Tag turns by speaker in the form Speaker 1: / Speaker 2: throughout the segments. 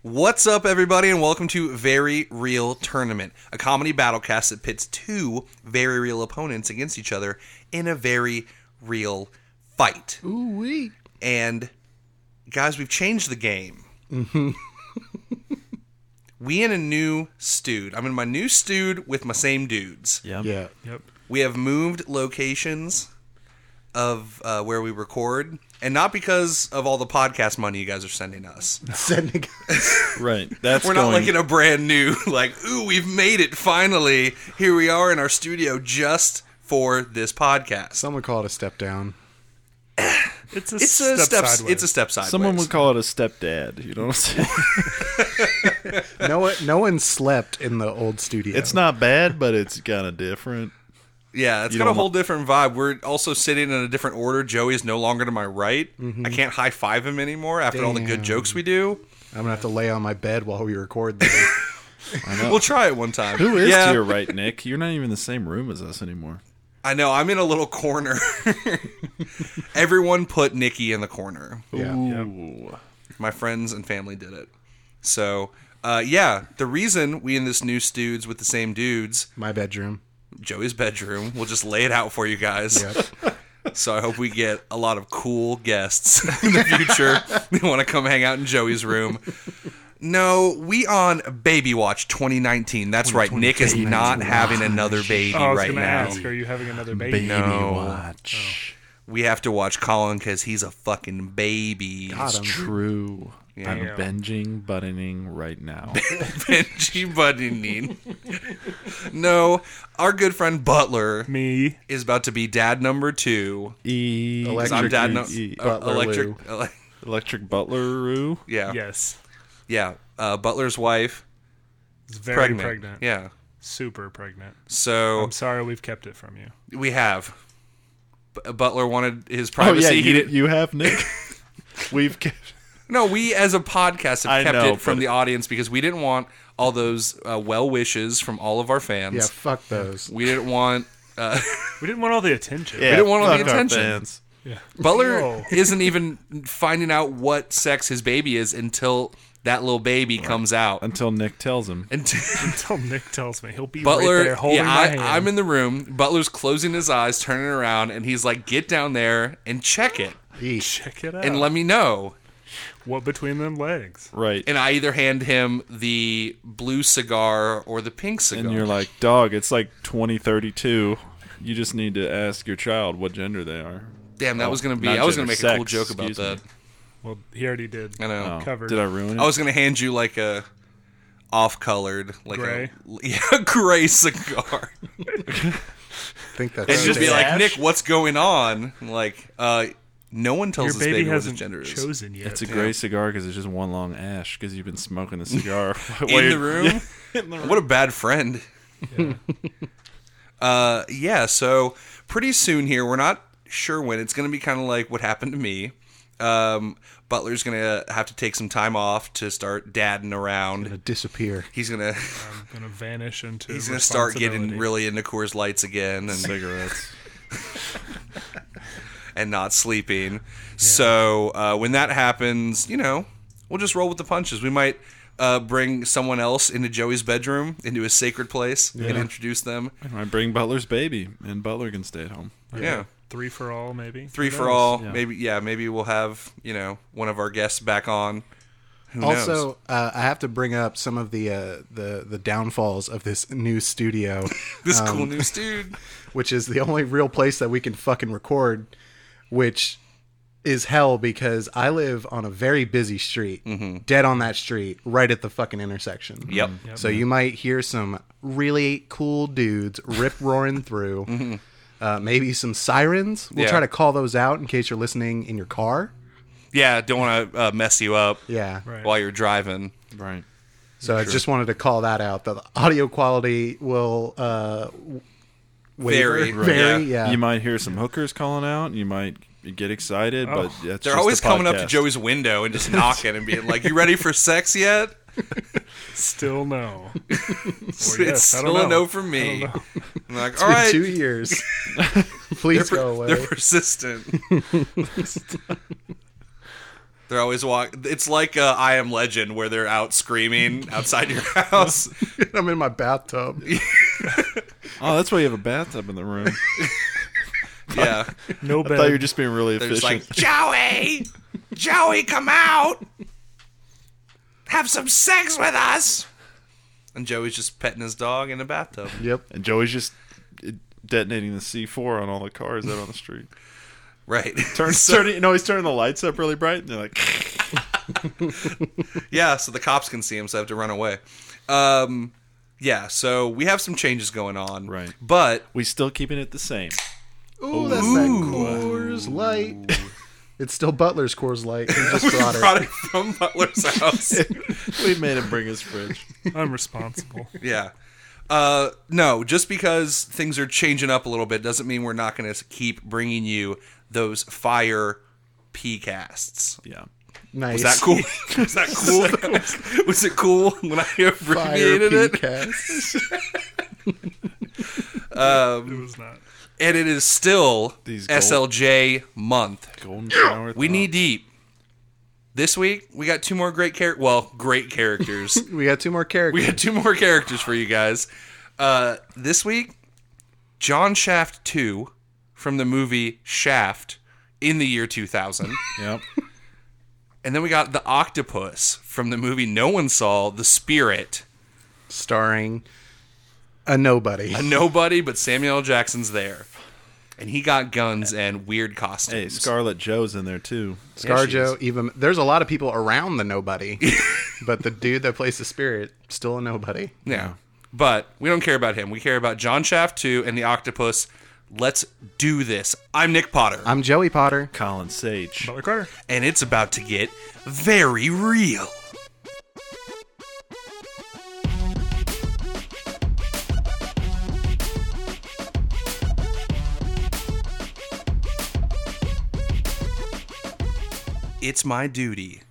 Speaker 1: What's up, everybody, and welcome to Very Real Tournament, a comedy battlecast that pits two very real opponents against each other in a very real fight.
Speaker 2: Ooh wee.
Speaker 1: And guys, we've changed the game. we in a new stewed. I'm in my new stewed with my same dudes.
Speaker 2: Yeah.
Speaker 3: Yep.
Speaker 1: We have moved locations of uh, where we record, and not because of all the podcast money you guys are sending us.
Speaker 2: Sending
Speaker 3: Right.
Speaker 1: We're not like in a brand new, like, ooh, we've made it finally. Here we are in our studio just for this podcast.
Speaker 2: someone call it a step down.
Speaker 4: It's a
Speaker 1: It's a step.
Speaker 4: step,
Speaker 1: It's a step sideways.
Speaker 3: Someone would call it a stepdad. You know what I'm saying?
Speaker 2: No one, no one slept in the old studio.
Speaker 3: it's not bad, but it's kind of different.
Speaker 1: Yeah, it's
Speaker 3: You
Speaker 1: got a
Speaker 3: don't
Speaker 1: whole different vibe. We're also sitting in a different order. Joey's no longer to my right.
Speaker 3: Mm-hmm.
Speaker 1: I can't high five him anymore after all the good
Speaker 2: Damn.
Speaker 1: jokes we do.
Speaker 2: I'm gonna have to lay on my bed while we record. This.
Speaker 1: We'll try it one time.
Speaker 3: Who is
Speaker 1: yeah,
Speaker 3: to your right, Nick? You're not even in the same room as us anymore.
Speaker 1: I know. I'm in a little corner. Everyone put Nikki in the corner.
Speaker 2: Yeah.
Speaker 3: Ooh.
Speaker 1: My friends and family did it. So, uh, yeah, the reason we in this new studes with the same dudes,
Speaker 2: my bedroom.
Speaker 1: Joey's bedroom, we'll just lay it out for you guys.
Speaker 2: Yep.
Speaker 1: So I hope we get a lot of cool guests in the future. they want to come hang out in Joey's room. No, we on Baby Watch 2019. That's right. Nick is not having another baby
Speaker 4: Oh, I was
Speaker 1: right
Speaker 4: gonna
Speaker 1: now.
Speaker 4: ask, are you having another baby?
Speaker 1: No.
Speaker 3: watch.
Speaker 1: We have to watch Colin because he's a fucking baby.
Speaker 2: God,
Speaker 3: It's
Speaker 2: I'm-
Speaker 3: true. I'm
Speaker 4: Yeah.
Speaker 3: binging buttoning right now.
Speaker 1: Benji Buddening. no, our good friend Butler
Speaker 4: Me.
Speaker 1: is about to be dad number two.
Speaker 3: e-
Speaker 1: 'Cause
Speaker 2: Electric
Speaker 1: I'm dad number
Speaker 3: E-
Speaker 2: Butler
Speaker 1: electric. uh,
Speaker 3: Electric Butleroo.
Speaker 1: yeah, yeah.
Speaker 4: Yes.
Speaker 1: Uh, Butler's wife,
Speaker 4: It's very
Speaker 1: pregnant.
Speaker 4: pregnant.
Speaker 1: Yeah.
Speaker 4: Super pregnant.
Speaker 1: So
Speaker 4: I'm sorry we've kept it from you.
Speaker 1: we have. B- Butler wanted his
Speaker 3: Oh
Speaker 1: privacy.
Speaker 3: yeah,
Speaker 1: he
Speaker 3: you,
Speaker 1: didn't.
Speaker 3: you have Nick. We've kept.
Speaker 1: No, we as a podcast have
Speaker 3: I
Speaker 1: kept
Speaker 3: know,
Speaker 1: it from
Speaker 3: but-
Speaker 1: the audience because we didn't want all those uh, well wishes from all of our fans.
Speaker 2: Yeah, fuck those.
Speaker 1: We didn't want. Uh,
Speaker 4: We didn't want all the attention.
Speaker 3: Yeah,
Speaker 1: didn't want all the
Speaker 3: fuck our
Speaker 1: attention.
Speaker 3: fans.
Speaker 1: Butler
Speaker 4: Whoa.
Speaker 1: isn't even finding out what sex his baby is until that little baby comes out.
Speaker 3: until Nick tells him.
Speaker 1: Until
Speaker 4: Until Nick tells me he'll be right
Speaker 1: Butler,
Speaker 4: there holding
Speaker 1: yeah,
Speaker 4: my
Speaker 1: I,
Speaker 4: hand.
Speaker 1: I'm in the room. Butler's closing his eyes, turning around, and he's like, "Get down there and check it,
Speaker 2: Eesh.
Speaker 4: Check it out.
Speaker 1: and let me know."
Speaker 4: what between them legs?
Speaker 3: Right.
Speaker 1: And I either hand him the blue cigar or the pink cigar.
Speaker 3: and you're like, dog, it's like 2032. You just need to ask your child what gender they are.
Speaker 1: Damn, that
Speaker 3: Oh,
Speaker 1: was gonna be.
Speaker 3: not
Speaker 1: I was gonna
Speaker 3: gender,
Speaker 1: make a cool
Speaker 3: sex,
Speaker 1: joke about
Speaker 3: excuse
Speaker 1: that.
Speaker 3: me.
Speaker 4: Well, he already did.
Speaker 1: I know.
Speaker 3: Oh,
Speaker 4: Covered.
Speaker 3: Did I ruin it?
Speaker 1: I was gonna hand you like a off-colored, like
Speaker 4: Gray?
Speaker 1: a yeah, gray cigar.
Speaker 2: I think that's
Speaker 1: and just be
Speaker 2: step-
Speaker 1: like,
Speaker 3: Ash?
Speaker 1: Nick, what's going on? I'm Like, uh, no one tells
Speaker 4: Your
Speaker 1: this
Speaker 4: baby,
Speaker 1: baby, what his
Speaker 4: hasn't
Speaker 1: gender is.
Speaker 4: chosen yet.
Speaker 3: it's a gray cigar because it's just one long ash because you've been smoking the cigar while
Speaker 1: in the
Speaker 3: you're-
Speaker 1: room. What a bad friend. uh, yeah. So pretty soon here, we're not sure when. It's going to be kind of like what happened to me. Um, Butler's going to have to take some time off to start dadding around.
Speaker 2: gonna disappear.
Speaker 1: He's gonna
Speaker 4: I'm gonna vanish into.
Speaker 1: he's gonna start getting
Speaker 4: responsibility.
Speaker 1: really into Coors Lights again and
Speaker 3: Cigarettes.
Speaker 1: and not sleeping. So uh, when that happens, you know, we'll just roll with the punches. We might uh, bring someone else into Joey's bedroom, into his sacred place, and introduce them.
Speaker 3: I bring Butler's baby, and Butler can stay at home.
Speaker 1: yeah.
Speaker 4: three for all, maybe.
Speaker 1: three
Speaker 4: Who
Speaker 1: for
Speaker 4: knows?
Speaker 1: all.
Speaker 3: Yeah.
Speaker 1: Maybe yeah, maybe we'll have you know one of our guests back on. Who knows?
Speaker 2: Also, uh, I have to bring up some of the uh, the the downfalls of this new studio,
Speaker 1: this cool news dude.
Speaker 2: which is the only real place that we can fucking record, which is hell because I live on a very busy street, dead on that street, right at the fucking intersection.
Speaker 1: Mm-hmm. Yep.
Speaker 2: So you might hear some really cool dudes rip roaring through. Uh, maybe some sirens. We'll
Speaker 1: Mm-hmm. Yeah.
Speaker 2: try to call those out in case you're listening in your car.
Speaker 1: Yeah, don't want to uh, mess you up
Speaker 2: Yeah.
Speaker 4: Right.
Speaker 1: while you're driving.
Speaker 3: Right.
Speaker 2: So I just wanted to call that out. The audio quality will uh, w- waver.
Speaker 1: Vary, right.
Speaker 2: Vary,
Speaker 1: Yeah.
Speaker 2: yeah.
Speaker 3: You might hear some hookers calling out. You might get excited, but that's
Speaker 1: They're
Speaker 3: just
Speaker 1: always
Speaker 3: the
Speaker 1: coming up to
Speaker 3: podcast.
Speaker 1: Joey's window and just knocking and being like, "You ready for sex yet?"
Speaker 4: Still no. Or yes,
Speaker 1: it's
Speaker 4: I don't
Speaker 1: still a
Speaker 4: know.
Speaker 1: no for me.
Speaker 4: know.
Speaker 1: I'm like,
Speaker 2: It's
Speaker 1: all
Speaker 2: been
Speaker 1: right,
Speaker 2: two years. Please go away.
Speaker 1: they're persistent. They're always walk. It's like uh, I Am Legend, where they're out screaming outside your house.
Speaker 2: I'm in my bathtub.
Speaker 3: Oh, that's why you have a bathtub in the room.
Speaker 1: yeah,
Speaker 4: No
Speaker 3: I thought you were
Speaker 4: bed.
Speaker 3: just being really
Speaker 1: they're just
Speaker 3: efficient.
Speaker 1: like Joey, Joey, come out, have some sex with us. And Joey's just petting his dog in the bathtub.
Speaker 2: Yep.
Speaker 3: and Joey's just uh, detonating the C4 on all the cars out on the street.
Speaker 1: Right.
Speaker 3: Turns turning, no, he's turning the lights up really bright, and they're like,
Speaker 1: yeah, so the cops can see him, so I have to run away. Um, yeah, so we have some changes going on.
Speaker 3: Right.
Speaker 1: But
Speaker 3: "We still keeping it the same."
Speaker 2: Ooh, that's that Coors Light. It's still Butler's Coors Light. He just brought,
Speaker 1: brought
Speaker 2: it.
Speaker 1: it from Butler's house.
Speaker 3: we made him bring his fridge.
Speaker 4: I'm responsible.
Speaker 1: yeah. Uh, no, just because things are changing up a little bit doesn't mean we're not going to keep bringing you those fire P casts.
Speaker 3: Yeah,
Speaker 2: Nice.
Speaker 1: Was that cool? Was that cool? Was it cool when I abbreviated it?
Speaker 2: PCast.
Speaker 4: It was not.
Speaker 1: And it is still
Speaker 3: These gold-
Speaker 1: SLJ month.
Speaker 3: golden shower.
Speaker 1: We
Speaker 3: thought.
Speaker 1: need deep. This week we got two more great char- well, great characters.
Speaker 2: We got two more characters.
Speaker 1: we got two more characters for you guys. Uh, this week, John Shaft two from the movie Shaft in the year two thousand,
Speaker 3: Yep.
Speaker 1: and then we got the octopus from the movie no one saw, The Spirit.
Speaker 2: Starring a nobody.
Speaker 1: A nobody, but Samuel L. Jackson's there, and he got guns and weird costumes.
Speaker 3: Hey, Scarlet Joe's in there too.
Speaker 2: Scarjo, even there's a lot of people around the nobody, but the dude that plays the spirit still a nobody.
Speaker 1: Yeah. But we don't care about him. We care about John Shaft 2 and the Octopus. Let's do this. I'm Nick Potter,
Speaker 2: I'm Joey Potter.
Speaker 3: Colin Sage.
Speaker 4: Butler Carter.
Speaker 1: and it's about to get very real. It's my duty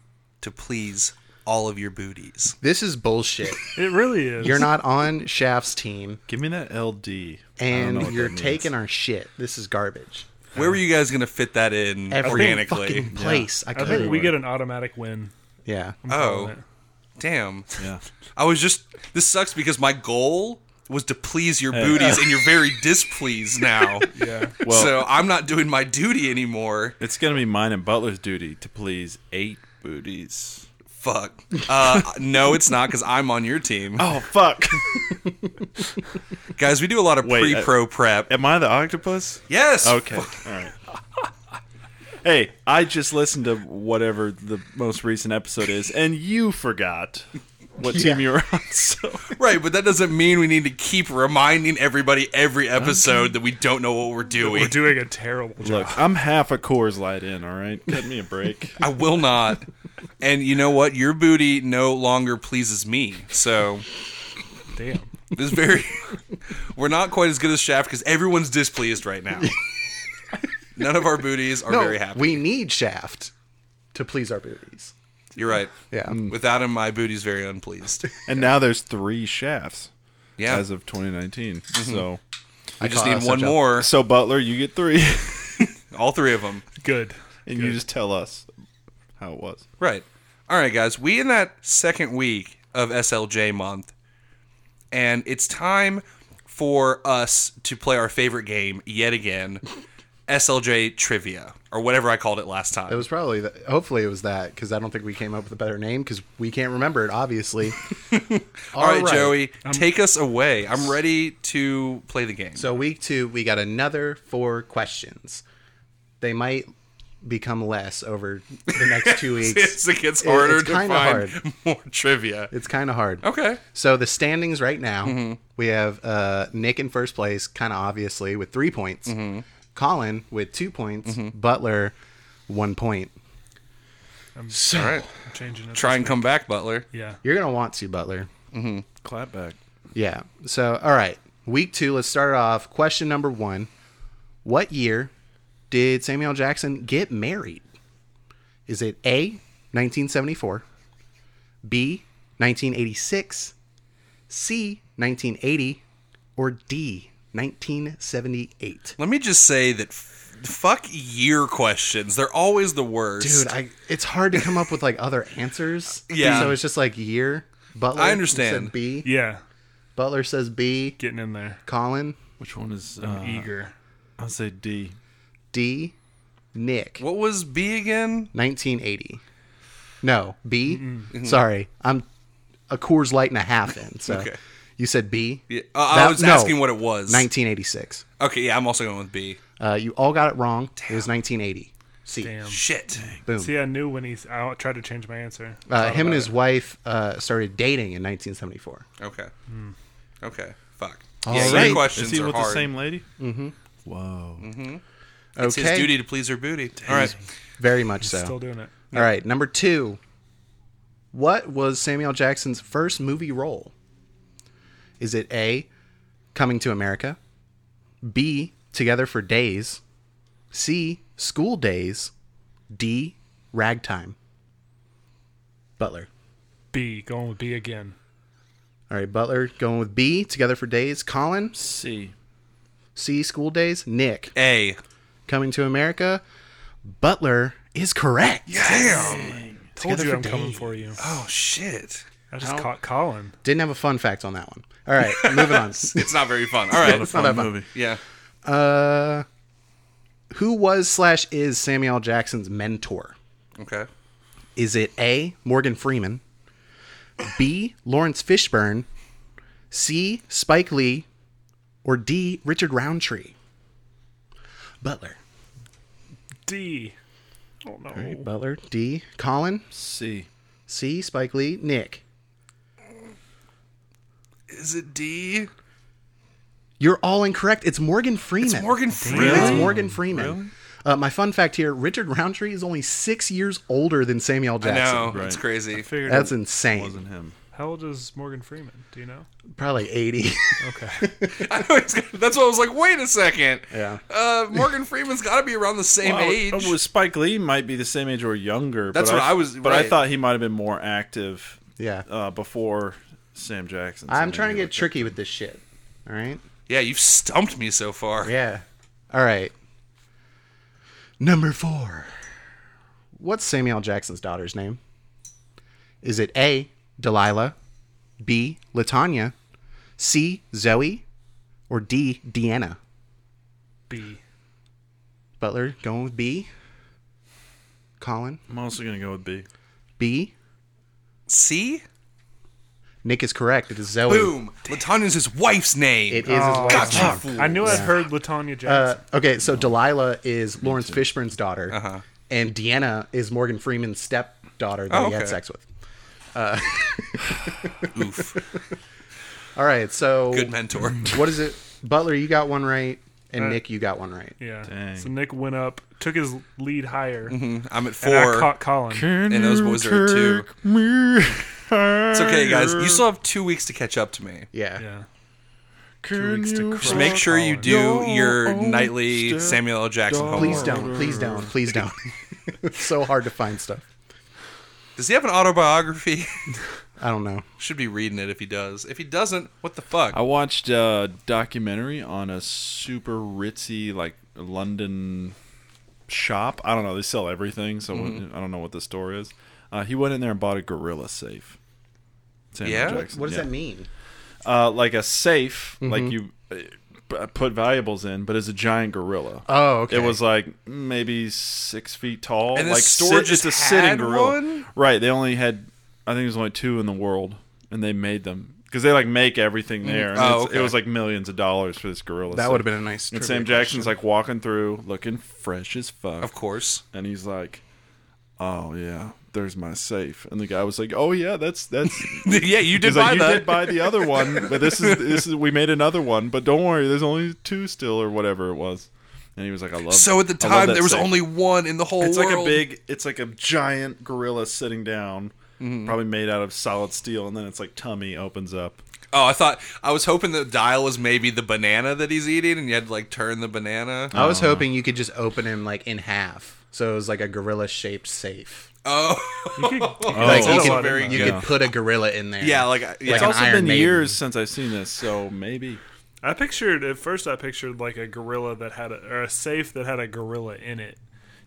Speaker 1: to please all of your booties.
Speaker 2: This is bullshit.
Speaker 4: It really is.
Speaker 2: You're not on Shaft's team,
Speaker 3: Give me that LD.
Speaker 2: and you're taking our shit. This is garbage.
Speaker 1: Where were you guys going to fit that in
Speaker 2: Every
Speaker 1: organically?
Speaker 2: fucking place I
Speaker 4: I
Speaker 2: could.
Speaker 4: think we get an automatic win.
Speaker 2: yeah.
Speaker 1: Oh.
Speaker 4: on it.
Speaker 1: Damn.
Speaker 3: Yeah.
Speaker 1: I was just. This sucks because my goal was to please your booties, and you're very displeased now.
Speaker 4: Yeah.
Speaker 3: Well-
Speaker 1: so I'm not doing my duty anymore.
Speaker 3: It's gonna be mine and Butler's duty to please eight booties.
Speaker 1: Fuck. Uh, no, it's not because I'm on your team,
Speaker 3: Oh fuck!
Speaker 1: guys. We do a lot of
Speaker 3: Wait,
Speaker 1: pre-pro prep.
Speaker 3: Am I the octopus?
Speaker 1: Yes.
Speaker 3: Okay. All right. Hey, I just listened to whatever the most recent episode is, and you forgot what team you were on. So
Speaker 1: Right, but that doesn't mean we need to keep reminding everybody every episode that we don't know what we're doing.
Speaker 4: We're doing a terrible job.
Speaker 3: look, I'm half a Coors Light in. All right, cut me a break.
Speaker 1: I will not. And you know what? Your booty no longer pleases me. So
Speaker 4: Damn.
Speaker 1: This very, we're not quite as good as Shaft because everyone's displeased right now. None of our booties are
Speaker 2: No,
Speaker 1: very happy.
Speaker 2: we need Shaft to please our booties. Mm.
Speaker 1: You're right.
Speaker 2: Yeah. Hmm.
Speaker 1: Without him, my booty's very unpleased.
Speaker 3: And now there's three shafts
Speaker 1: Yeah, Mm-hmm.
Speaker 3: as of 2019. So,
Speaker 1: I just
Speaker 2: call
Speaker 1: need
Speaker 2: that
Speaker 1: one
Speaker 2: such a-
Speaker 1: more.
Speaker 3: so Butler, you get three,
Speaker 1: All three of them.
Speaker 4: Good.
Speaker 3: and you just tell us how it was.
Speaker 1: Right. All right, guys. We in that second week of SLJ month, and it's time for us to play our favorite game yet again, SLJ trivia or whatever I called it last time.
Speaker 2: It was probably the, hopefully it was that because I don't think we came up with a better name because we can't remember it obviously.
Speaker 1: All right, Joey, take us away. I'm ready to play the game.
Speaker 2: So week two, we got another four questions. They might become less over the next two weeks.
Speaker 1: it's, it gets
Speaker 2: It-
Speaker 1: harder
Speaker 2: it's
Speaker 1: to find
Speaker 2: kinda
Speaker 1: more trivia.
Speaker 2: it's kind of hard.
Speaker 1: Okay.
Speaker 2: So the standings right now, we have uh, Nick in first place, kind of obviously with three points. Colin with two points. Butler, one point.
Speaker 1: All right.
Speaker 4: I'm changing it.
Speaker 1: Try and come back, Butler.
Speaker 4: Yeah.
Speaker 2: You're gonna want to Butler.
Speaker 3: Clap back.
Speaker 2: Yeah. So, all right. Week two, let's start off. Question number one What year did Samuel L. Jackson get married? Is it A, 1974, B, 1986, C, 1980, or D, 1978.
Speaker 1: Let me just say that f- fuck year questions. They're always the worst.
Speaker 2: Dude, I it's hard to come up with like other answers.
Speaker 1: Yeah.
Speaker 2: So it's just like year. Butler
Speaker 1: I understand.
Speaker 2: said B.
Speaker 4: Yeah,
Speaker 2: Butler says B.
Speaker 4: getting in there.
Speaker 2: Colin
Speaker 3: Which one is
Speaker 4: I'm
Speaker 3: uh,
Speaker 4: eager.
Speaker 3: I'll say D.
Speaker 2: D. Nick.
Speaker 1: what was B again?
Speaker 2: 1980. No, B. Sorry, I'm a Coors Light and a half in. So
Speaker 1: Okay.
Speaker 2: you said B.
Speaker 1: Yeah, uh, I
Speaker 2: That-
Speaker 1: was
Speaker 2: no,
Speaker 1: asking what it was.
Speaker 2: 1986.
Speaker 1: Okay, yeah, I'm also going with B.
Speaker 2: Uh, you all got it wrong. It was 1980. C. Uh,
Speaker 4: Damn.
Speaker 1: Shit.
Speaker 2: Boom.
Speaker 4: See, I knew when he. I tried to change my answer.
Speaker 2: uh, him and his wife uh, started dating in 1974.
Speaker 1: Okay. Okay. Fuck.
Speaker 2: All
Speaker 1: yeah,
Speaker 2: right.
Speaker 1: year questions
Speaker 3: is he
Speaker 1: are
Speaker 3: with
Speaker 1: hard. Mm-hmm.
Speaker 3: the same lady? Mm-hmm. Whoa.
Speaker 1: It's his duty to please her booty. All right.
Speaker 2: Very much so.
Speaker 4: Still doing it.
Speaker 2: All right, number two. What was Samuel Jackson's first movie role? Is it A, Coming to America? B, Together for Days? C, School Days? D, Ragtime? Butler.
Speaker 4: B going with B again.
Speaker 2: All right, Butler going with B, Together for Days. Colin,
Speaker 3: C.
Speaker 2: C, School Days. Nick,
Speaker 1: A.
Speaker 2: Coming to America. Butler is correct.
Speaker 1: Damn.
Speaker 4: Told
Speaker 2: Together
Speaker 4: you
Speaker 2: for
Speaker 4: I'm coming
Speaker 2: days.
Speaker 4: for you.
Speaker 1: Oh shit.
Speaker 4: I just caught Colin.
Speaker 2: Didn't have a fun fact on that one. All right, moving on.
Speaker 1: It's not very fun. All right.
Speaker 2: not that
Speaker 3: Fun
Speaker 2: fun.
Speaker 3: movie.
Speaker 1: yeah.
Speaker 2: Uh, who was slash is Samuel L. Jackson's mentor?
Speaker 1: Okay.
Speaker 2: Is it A. Morgan Freeman, B. Lawrence Fishburne, C. Spike Lee, or D. Richard Roundtree? Butler.
Speaker 4: D. Oh no.
Speaker 2: Butler. D. Colin.
Speaker 3: C.
Speaker 2: C. Spike Lee. Nick.
Speaker 1: Is it D?
Speaker 2: You're all incorrect. It's Morgan Freeman.
Speaker 1: It's Morgan Freeman.
Speaker 2: It's Morgan Freeman. Uh, my fun fact here: Richard Roundtree is only six years older than Samuel L.
Speaker 1: I
Speaker 2: Jackson.
Speaker 1: know. It's
Speaker 3: Right.
Speaker 1: crazy.
Speaker 3: Figured
Speaker 2: That's
Speaker 3: it
Speaker 2: insane.
Speaker 3: Wasn't him.
Speaker 4: How old is Morgan Freeman? Do you know?
Speaker 2: Probably eighty.
Speaker 4: Okay.
Speaker 1: I know he's got- that's why I was like, wait a second.
Speaker 2: Yeah.
Speaker 1: Uh, Morgan Freeman's got to be around the same
Speaker 3: Well,
Speaker 1: age.
Speaker 3: oh, well, Spike Lee might be the same age or younger.
Speaker 1: That's
Speaker 3: but
Speaker 1: what I was-
Speaker 3: But
Speaker 1: right.
Speaker 3: I thought he might have been more active.
Speaker 2: Yeah.
Speaker 3: Uh, before Sam Jackson.
Speaker 2: I'm trying to get tricky with this shit. All right.
Speaker 1: yeah, you've stumped me so far.
Speaker 2: Yeah. All right. Number four. What's Samuel Jackson's daughter's name? Is it A. Delilah, B. Latanya, C. Zoe, or D. Deanna?
Speaker 4: B.
Speaker 2: Butler going with B. Colin
Speaker 3: I'm also gonna go with B.
Speaker 2: B.
Speaker 1: See?
Speaker 2: Nick is correct. It is
Speaker 3: Oh,
Speaker 2: Zoe.
Speaker 1: Boom. Latanya's his wife's name.
Speaker 2: It is. his
Speaker 4: Oh,
Speaker 2: wife's
Speaker 1: Gotcha.
Speaker 2: name.
Speaker 1: Fool.
Speaker 4: I knew I'd heard Latanya
Speaker 2: Uh,
Speaker 4: Jackson.
Speaker 2: okay, so Delilah is Lawrence Fishburne's daughter, and Deanna is Morgan Freeman's stepdaughter that
Speaker 1: Oh,
Speaker 2: he had
Speaker 1: okay.
Speaker 2: sex with.
Speaker 1: Oof.
Speaker 2: All right, so
Speaker 1: Good mentor.
Speaker 2: what is it? Butler, you got one right, and Nick, you got one right.
Speaker 4: yeah.
Speaker 3: dang.
Speaker 4: So Nick went up, took his lead higher,
Speaker 1: I'm at
Speaker 4: and I
Speaker 1: Mm-hmm. four.
Speaker 4: caught Colin.
Speaker 1: And those boys are two.
Speaker 3: it's
Speaker 1: It's okay, guys. You still have two weeks to catch up to me.
Speaker 2: Yeah.
Speaker 4: Yeah.
Speaker 3: Can
Speaker 4: weeks to
Speaker 3: you
Speaker 4: crush.
Speaker 1: Just make sure you do
Speaker 3: Your
Speaker 1: your
Speaker 3: own
Speaker 1: nightly
Speaker 3: step
Speaker 1: Samuel L. Jackson
Speaker 3: daughter.
Speaker 1: homework.
Speaker 2: Please don't. Please don't. Please don't. It's so hard to find stuff.
Speaker 1: Does he have an autobiography?
Speaker 2: I don't know.
Speaker 1: Should be reading it if he does. If he doesn't, what the fuck?
Speaker 3: I watched a documentary on a super ritzy like London shop. I don't know. They sell everything, so
Speaker 1: Mm-hmm.
Speaker 3: I don't know what the store is. Uh, he went in there and bought a gorilla safe. Samuel
Speaker 1: Yeah?
Speaker 3: Jackson,
Speaker 2: What does
Speaker 3: yeah.
Speaker 2: that mean?
Speaker 3: Uh, like a safe, like
Speaker 1: Mm-hmm.
Speaker 3: you uh, p- put valuables in, but it's a giant gorilla.
Speaker 2: Oh, okay.
Speaker 3: It was like maybe six feet tall.
Speaker 1: And the
Speaker 3: like
Speaker 1: store
Speaker 3: sit-
Speaker 1: just
Speaker 3: it's a sitting
Speaker 1: had
Speaker 3: gorilla.
Speaker 1: one?
Speaker 3: Right. They only had I think there's only two in the world, and they made them because they like make everything there. And
Speaker 1: Oh,
Speaker 3: it's-
Speaker 1: okay.
Speaker 3: It was like millions of dollars for this gorilla.
Speaker 2: That would have been a nice.
Speaker 3: And
Speaker 2: trivia question.
Speaker 3: Sam Jackson's like walking through, looking fresh as fuck,
Speaker 1: Of course.
Speaker 3: and he's like, "Oh yeah." There's my safe, and the guy was like, "Oh yeah, that's that's."
Speaker 1: yeah, you did
Speaker 3: He's
Speaker 1: buy
Speaker 3: like, "You
Speaker 1: that.
Speaker 3: did buy the other one, but this is this is we made another one, but don't worry, there's only two still or whatever it was." And he was like, "I love."
Speaker 1: so at the
Speaker 3: I love
Speaker 1: time,
Speaker 3: that
Speaker 1: there was
Speaker 3: safe."
Speaker 1: only one in the whole
Speaker 3: It's
Speaker 1: world.
Speaker 3: like a big, it's like a giant gorilla sitting down,
Speaker 1: Mm-hmm.
Speaker 3: probably made out of solid steel, and then it's like tummy opens up.
Speaker 1: Oh, I thought I was hoping the dial was maybe the banana that he's eating, and you had to like turn the banana.
Speaker 3: Uh.
Speaker 2: I was hoping you could just open him like in half, so it was like a gorilla-shaped safe.
Speaker 1: Oh,
Speaker 4: You could- you could
Speaker 2: like
Speaker 1: that's
Speaker 2: you
Speaker 1: a
Speaker 2: could,
Speaker 1: lot in
Speaker 2: you
Speaker 1: there.
Speaker 2: could put a gorilla in there.
Speaker 1: yeah, like yeah.
Speaker 3: It's
Speaker 2: an
Speaker 3: also
Speaker 2: Iron
Speaker 3: been
Speaker 2: Maiden.
Speaker 3: years since I've seen this, so maybe
Speaker 4: I pictured at first. I pictured like a gorilla that had a or a safe that had a gorilla in it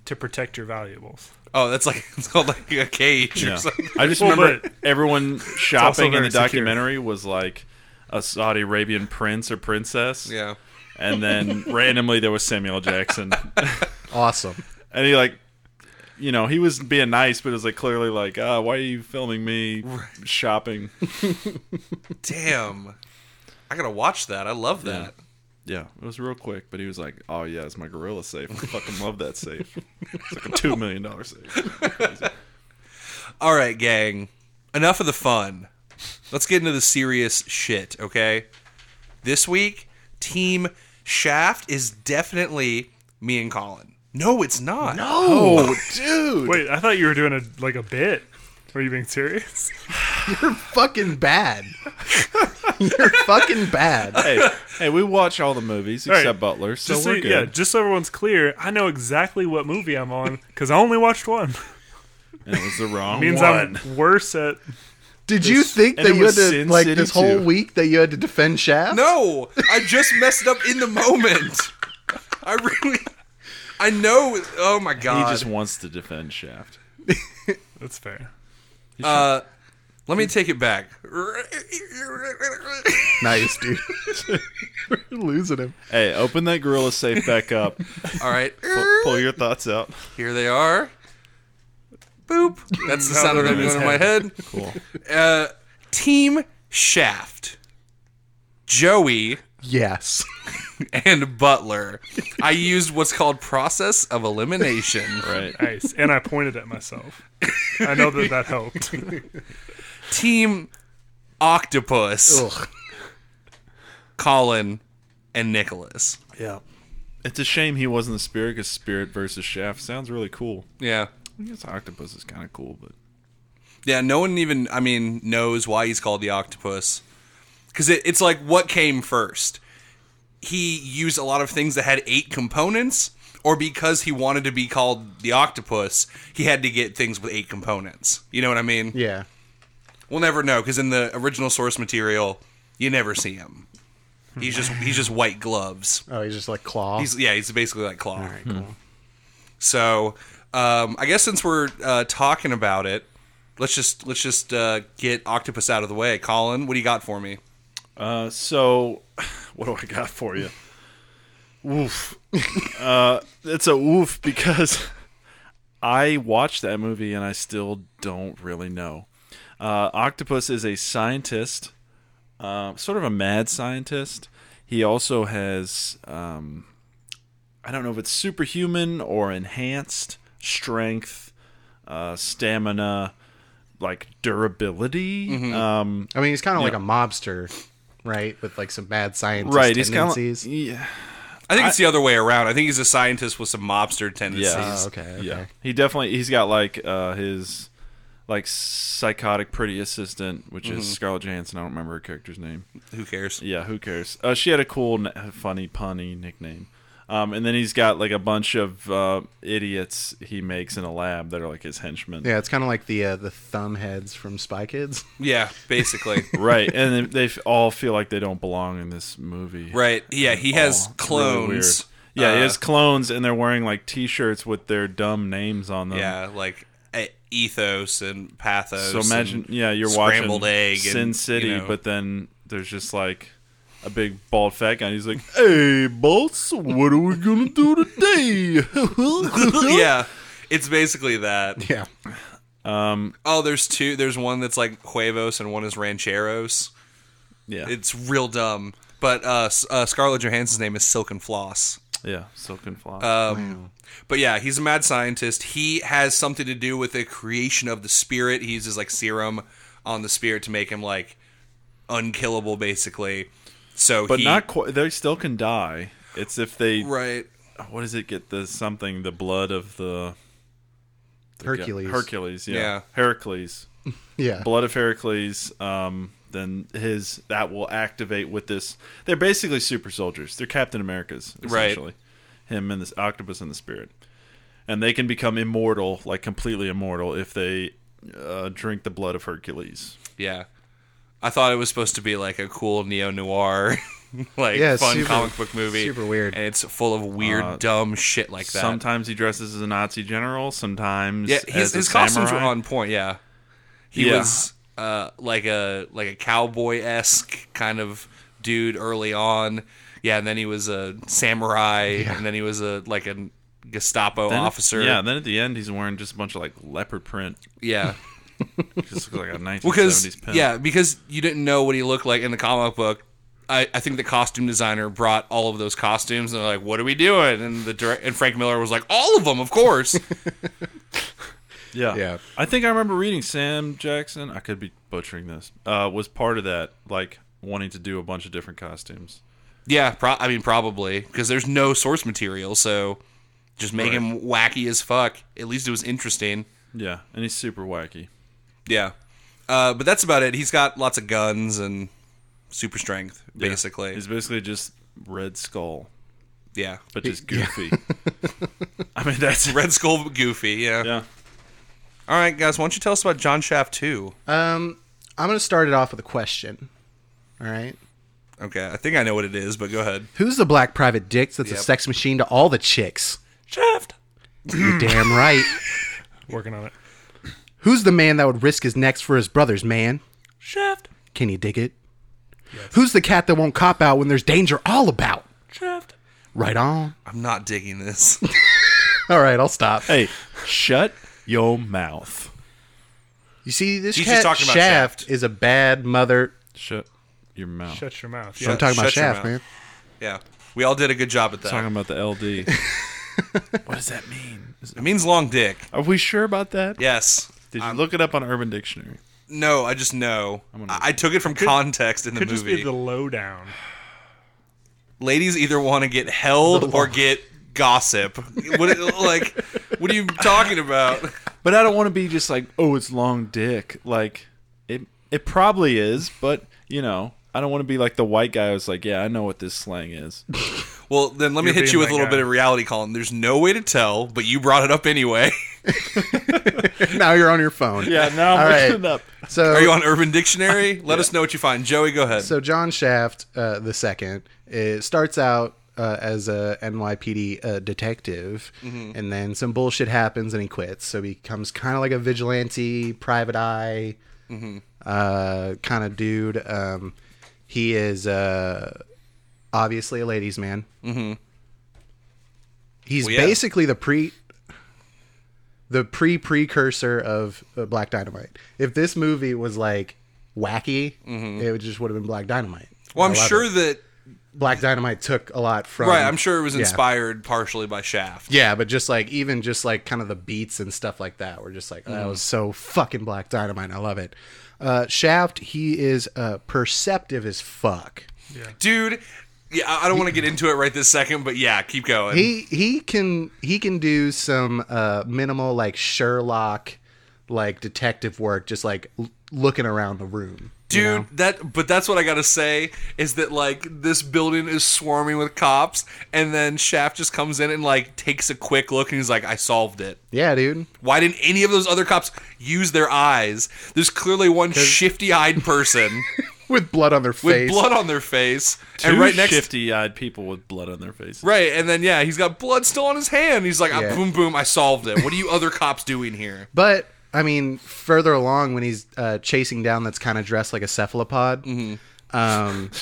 Speaker 4: to protect your valuables.
Speaker 1: Oh, that's like it's called like a cage
Speaker 3: Yeah.
Speaker 1: or something.
Speaker 3: I just
Speaker 4: Well,
Speaker 3: remember
Speaker 4: but-
Speaker 3: everyone shopping in
Speaker 4: very
Speaker 3: the
Speaker 4: secure.
Speaker 3: documentary was like a Saudi Arabian prince or princess.
Speaker 1: Yeah.
Speaker 3: And then randomly there was Samuel Jackson.
Speaker 2: Awesome.
Speaker 3: and he like you know, he was being nice, but it was like clearly like, uh, why are you filming me shopping?
Speaker 1: Damn. I gotta watch that. I love that.
Speaker 3: Yeah, it was real quick, but he was like, "Oh yeah, it's my gorilla safe. I fucking love that safe. It's like a two million dollar safe."
Speaker 1: All right, gang. Enough of the fun. Let's get into the serious shit, okay? This week, Team Shaft is definitely me and Colin. No, it's not. No.
Speaker 3: Oh, dude!
Speaker 4: Wait, I thought you were doing a like a bit. Were you being serious?
Speaker 2: You're fucking bad. You're fucking bad.
Speaker 3: Hey, hey, we watch all the movies
Speaker 4: right.
Speaker 3: except Butler, so
Speaker 4: just
Speaker 3: we're
Speaker 4: so,
Speaker 3: good.
Speaker 4: yeah, just so everyone's clear, I know exactly what movie I'm on because I only watched one.
Speaker 3: and it was the wrong
Speaker 4: Means
Speaker 3: one.
Speaker 4: I'm worse at.
Speaker 2: Did you think
Speaker 3: and
Speaker 2: that
Speaker 3: it
Speaker 2: you had
Speaker 3: was
Speaker 2: to
Speaker 3: Sin
Speaker 2: like
Speaker 3: City
Speaker 2: this whole
Speaker 3: too.
Speaker 2: week that you had to defend Shaft?
Speaker 1: No, I just messed up in the moment. I really. I know. Oh my
Speaker 3: He
Speaker 1: god.
Speaker 3: just wants to defend Shaft.
Speaker 4: That's fair.
Speaker 1: uh, let me take it back.
Speaker 2: Nice, dude. We're losing him.
Speaker 3: Hey, open that gorilla safe back up.
Speaker 1: All right.
Speaker 3: pull, pull your thoughts out.
Speaker 1: Here they are. Boop. That's the sound of them
Speaker 4: in his
Speaker 1: going in my head.
Speaker 3: Cool.
Speaker 1: Uh, Team Shaft. Joey
Speaker 2: Yes.
Speaker 1: and Butler. I used what's called process of elimination.
Speaker 3: Right.
Speaker 4: Nice. And I pointed at myself. I know that that helped.
Speaker 1: Team Octopus.
Speaker 2: Ugh.
Speaker 1: Colin and Nicholas.
Speaker 2: Yeah.
Speaker 3: It's a shame he wasn't the spirit because spirit versus Shaft sounds really cool.
Speaker 1: Yeah.
Speaker 3: I guess octopus is kind of cool, but
Speaker 1: Yeah, no one even, I mean, knows why he's called the octopus. Because it, it's like, what came first? He used a lot of things that had eight components, or because he wanted to be called the octopus, he had to get things with eight components. You know what I mean?
Speaker 2: Yeah.
Speaker 1: We'll never know, because in the original source material, you never see him. He's just he's just white gloves.
Speaker 2: Oh, he's just like claw.
Speaker 1: He's yeah, he's basically like Claw. So, um, I guess since we're uh, talking about it, let's just let's just uh, get Octopus out of the way. Colin, what do you got for me?
Speaker 3: Uh, so, what do I got for you? Oof. uh, it's a oof because I watched that movie and I still don't really know. Uh, Octopus is a scientist, uh, sort of a mad scientist. He also has, um, I don't know if it's superhuman or enhanced strength, uh, stamina, like durability. Um,
Speaker 2: I mean, he's kind of like a mobster, right? With like some mad scientist
Speaker 3: right, he's kind of
Speaker 2: tendencies.
Speaker 3: yeah.
Speaker 1: I think it's the other way around. I think he's a scientist with some mobster tendencies.
Speaker 3: Yeah.
Speaker 2: oh, okay. okay.
Speaker 3: Yeah, he definitely he's got like uh, his like psychotic pretty assistant, which is
Speaker 1: Mm-hmm.
Speaker 3: Scarlett Johansson. I don't remember her character's name.
Speaker 1: Who cares?
Speaker 3: Yeah, who cares? Uh, she had a cool, n- funny, punny nickname. Um, and then he's got like a bunch of uh, idiots he makes in a lab that are like his henchmen.
Speaker 2: Yeah, it's kind of like the uh, the thumb heads from Spy Kids.
Speaker 1: Yeah, basically.
Speaker 3: Right, and they, they f- all feel like they don't belong in this movie.
Speaker 1: right. Yeah, he has
Speaker 3: Oh, really
Speaker 1: clones.
Speaker 3: weird. yeah,
Speaker 1: Uh,
Speaker 3: he has clones, and they're wearing like T-shirts with their dumb names on them.
Speaker 1: Yeah, like e- ethos and pathos.
Speaker 3: So imagine,
Speaker 1: and
Speaker 3: yeah, you're
Speaker 1: scrambled
Speaker 3: watching
Speaker 1: egg
Speaker 3: Sin
Speaker 1: and,
Speaker 3: City,
Speaker 1: you know.
Speaker 3: but then there's just like a big bald fat guy. And he's like, "Hey, boss, what are we gonna do today?"
Speaker 1: yeah, it's basically that.
Speaker 2: Yeah.
Speaker 1: Oh, there's two. There's one that's like huevos and one is rancheros.
Speaker 3: yeah,
Speaker 1: It's real dumb. But uh, S- uh, Scarlett Johansson's name is Silken Floss.
Speaker 3: yeah, silken floss.
Speaker 1: Uh, But yeah, he's a mad scientist. He has something to do with the creation of the spirit. He uses like serum on the spirit to make him like unkillable, basically. So,
Speaker 3: but
Speaker 1: he-
Speaker 3: not quite. They still can die. It's if they
Speaker 1: right.
Speaker 3: what does it get the something the blood of the, the god-
Speaker 2: Hercules.
Speaker 3: Hercules, yeah,
Speaker 1: Yeah.
Speaker 3: Heracles,
Speaker 2: Yeah.
Speaker 3: blood of Heracles. Um, then his that will activate with this. They're basically super soldiers. They're Captain Americas,
Speaker 1: Right.
Speaker 3: essentially. Him and this octopus and the spirit, and they can become immortal, like completely immortal, if they uh, drink the blood of Hercules.
Speaker 1: Yeah, I thought it was supposed to be like a cool neo noir like
Speaker 2: Yeah,
Speaker 1: fun
Speaker 2: super-
Speaker 1: comic book movie.
Speaker 2: super weird. Uh,
Speaker 1: And it's full of weird, dumb shit like that.
Speaker 3: Sometimes he dresses as a Nazi general. Sometimes
Speaker 1: yeah, his,
Speaker 3: as a
Speaker 1: his costumes were
Speaker 3: samurai.
Speaker 1: on point. Yeah, he
Speaker 3: Yeah.
Speaker 1: was uh, like a like a cowboy esque kind of dude early on. Yeah, and then he was a samurai, and then he was a like a Gestapo
Speaker 3: Then-
Speaker 1: officer.
Speaker 3: Yeah, then at the end he's wearing just a bunch of like leopard print.
Speaker 1: yeah.
Speaker 3: Just looks like a 1970s
Speaker 1: because
Speaker 3: pimp.
Speaker 1: yeah, because you didn't know what he looked like in the comic book. I, I think the costume designer brought all of those costumes, and they're like, "What are we doing?" And the direct, and Frank Miller was like, "All of them, of course."
Speaker 3: Yeah.
Speaker 2: Yeah.
Speaker 3: I think I remember reading Sam Jackson, I could be butchering this, uh, was part of that, like wanting to do a bunch of different costumes.
Speaker 1: yeah, pro- I mean, probably because there's no source material, so just make him wacky as fuck. At least it was interesting.
Speaker 3: Yeah. And he's super wacky.
Speaker 1: Yeah, uh, but that's about it. He's got lots of guns and super strength,
Speaker 3: Yeah.
Speaker 1: basically.
Speaker 3: He's basically just Red Skull,
Speaker 1: Yeah,
Speaker 3: but just goofy. I mean, that's
Speaker 1: Red Skull, Goofy. Yeah.
Speaker 3: Yeah.
Speaker 1: All right, guys, why don't you tell us about John Shaft two?
Speaker 2: Um, I'm going to start it off with a question. All right.
Speaker 1: Okay, I think I know what it is, but go ahead.
Speaker 2: Who's the black private dicks that's a
Speaker 1: Yep.
Speaker 2: sex machine to all the chicks?
Speaker 1: Shaft.
Speaker 2: You're damn right.
Speaker 4: Working on it.
Speaker 2: Who's the man that would risk his necks for his brothers, man?
Speaker 1: Shaft.
Speaker 2: Can you dig it? Who's the cat that won't cop out when there's danger all about?
Speaker 1: Shaft.
Speaker 2: Right on.
Speaker 1: I'm not digging this.
Speaker 2: All right, I'll stop.
Speaker 3: Hey, shut your mouth.
Speaker 2: You see, this
Speaker 1: He's
Speaker 2: cat
Speaker 1: just talking about
Speaker 2: Shaft,
Speaker 1: Shaft.
Speaker 2: is a bad mother.
Speaker 3: Shut your mouth.
Speaker 4: Shut your mouth.
Speaker 2: I'm talking about
Speaker 1: shut Uh, your
Speaker 2: Shaft,
Speaker 1: mouth.
Speaker 2: man.
Speaker 1: yeah, we all did a good job at that.
Speaker 3: Talking about the LD. what does that mean? Is-
Speaker 1: It means long dick.
Speaker 3: Are we sure about that?
Speaker 1: Yes.
Speaker 3: Did you look it up on Urban Dictionary?
Speaker 1: No, I just know.
Speaker 3: gonna-
Speaker 1: I, I took it from context in the
Speaker 4: Could just
Speaker 1: movie.
Speaker 4: be the lowdown.
Speaker 1: Ladies either want to get held or get gossip. what, like, what are you talking about?
Speaker 3: But I don't want to be just like, oh, it's long dick. Like, it it probably is, but you know, I don't want to be like the white guy who's like, yeah, I know what this slang is.
Speaker 1: Well, then let me
Speaker 4: You're
Speaker 1: hit
Speaker 4: being
Speaker 1: you with a
Speaker 4: that
Speaker 1: little
Speaker 4: guy.
Speaker 1: bit of reality, Colin. There's no way to tell, but you brought it up anyway.
Speaker 2: now you're on your phone.
Speaker 3: yeah, now
Speaker 2: All
Speaker 3: I'm
Speaker 2: right.
Speaker 3: looking it up.
Speaker 2: So,
Speaker 1: Are you on Urban Dictionary? Let us know what you find. Joey, go ahead.
Speaker 2: so John Shaft uh, the second it starts out uh, as a NYPD uh, detective,
Speaker 1: Mm-hmm.
Speaker 2: and then some bullshit happens, and he quits. So he becomes kind of like a vigilante, private eye
Speaker 1: Mm-hmm.
Speaker 2: uh, kind of dude. Um, he is uh, obviously a ladies' man. Mm-hmm. He's
Speaker 1: Well, yeah.
Speaker 2: basically the pre the pre precursor of uh, Black Dynamite. If this movie was like wacky, it would just would have been Black Dynamite.
Speaker 1: Mm-hmm. well, I'm
Speaker 2: I love
Speaker 1: sure
Speaker 2: it.
Speaker 1: that
Speaker 2: Black Dynamite took a lot from
Speaker 1: right. I'm sure it was
Speaker 2: yeah.
Speaker 1: inspired partially by Shaft.
Speaker 2: Yeah, but just like even just like kind of the beats and stuff like that were just like
Speaker 1: Mm-hmm.
Speaker 2: that was so fucking Black Dynamite. I love it. Uh, Shaft, he is uh, perceptive as fuck.
Speaker 1: dude. Yeah, I I don't want to get into it right this second, but yeah, keep going.
Speaker 2: he he can he can do some uh minimal like sherlock like detective work just like l- looking around the room
Speaker 1: dude, that but that's what I gotta say is that like this building is swarming with cops, and then Shaft just comes in and like takes a quick look, and he's like, "I solved it."
Speaker 2: yeah dude
Speaker 1: Why didn't any of those other cops use their eyes? There's clearly one shifty-eyed person
Speaker 2: with blood on their
Speaker 1: with
Speaker 2: face
Speaker 1: blood on their face,
Speaker 3: Two
Speaker 1: and right next,
Speaker 3: shifty-eyed people with blood on their faces.
Speaker 1: right, and then yeah, he's got blood still on his hand. He's like, "Ah,
Speaker 2: Yeah.
Speaker 1: "Boom, boom, I solved it." What are you other cops doing here?
Speaker 2: but i mean further along when he's uh chasing down that's kind of dressed like a cephalopod
Speaker 1: Mm-hmm.
Speaker 2: um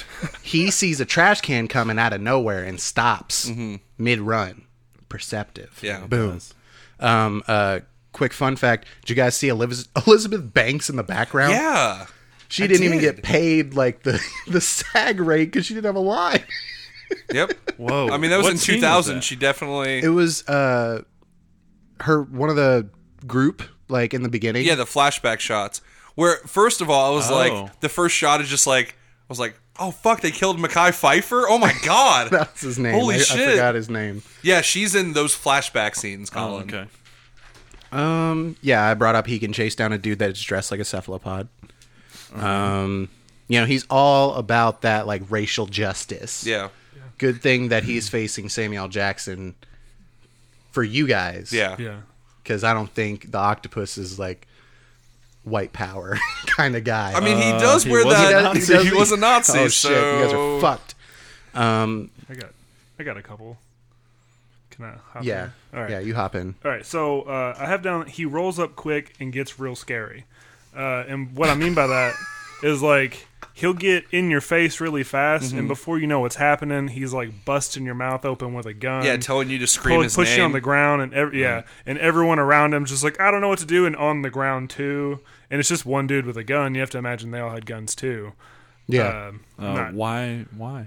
Speaker 2: he sees a trash can coming out of nowhere and stops mid-run perceptive
Speaker 1: Mm-hmm. Yeah.
Speaker 2: boom um uh quick fun fact did you guys see Eliz- elizabeth banks in the background
Speaker 1: Yeah.
Speaker 2: She didn't even
Speaker 1: did.
Speaker 2: get paid like the the SAG rate because she didn't have a line.
Speaker 1: Yep.
Speaker 3: Whoa.
Speaker 1: I mean, that was
Speaker 3: What
Speaker 1: in
Speaker 3: scene
Speaker 1: 2000.
Speaker 3: that?
Speaker 1: She definitely.
Speaker 2: It was uh her one of the group like in the beginning.
Speaker 1: yeah, the flashback shots. Where, first of all, I was
Speaker 3: Oh.
Speaker 1: like, the first shot is just like, I was like, oh, fuck, they killed Mackay Pfeiffer? Oh my God.
Speaker 2: that's his name.
Speaker 1: Holy
Speaker 2: I,
Speaker 1: shit.
Speaker 2: I forgot his name.
Speaker 1: Yeah, she's in those flashback scenes,
Speaker 3: Oh,
Speaker 1: Colin.
Speaker 3: okay.
Speaker 2: Um, yeah, I brought up he can chase down a dude that's dressed like a cephalopod. Um, you know, he's all about that like racial justice.
Speaker 1: Yeah.
Speaker 2: Good thing that he's facing Samuel Jackson for you guys.
Speaker 1: Yeah.
Speaker 4: Yeah.
Speaker 2: Because I don't think the octopus is like white power kind of guy.
Speaker 1: I mean, he does
Speaker 3: he
Speaker 1: wear
Speaker 3: was a
Speaker 1: that.
Speaker 2: does-
Speaker 1: He,
Speaker 2: does-
Speaker 1: was a Nazi,
Speaker 2: Oh,
Speaker 1: so.
Speaker 2: shit, you guys are fucked. Um,
Speaker 4: I got, I got a couple. Can I? Hop
Speaker 2: yeah,
Speaker 4: in? All right.
Speaker 2: yeah, you hop in.
Speaker 4: All right, so uh, I have down. He rolls up quick and gets real scary. Uh, and what I mean by that is like he'll get in your face really fast,
Speaker 2: Mm-hmm.
Speaker 4: and before you know what's happening, he's like busting your mouth open with a gun.
Speaker 1: Yeah, telling you to
Speaker 4: pull-
Speaker 1: scream his
Speaker 4: push
Speaker 1: name.
Speaker 4: you on the ground, and ev- yeah,
Speaker 2: Mm-hmm.
Speaker 4: and everyone around him just like I don't know what to do, and on the ground too. And it's just one dude with a gun. You have to imagine they all had guns too.
Speaker 2: Yeah,
Speaker 4: Um,
Speaker 3: Uh,
Speaker 4: not-
Speaker 3: Why? Why?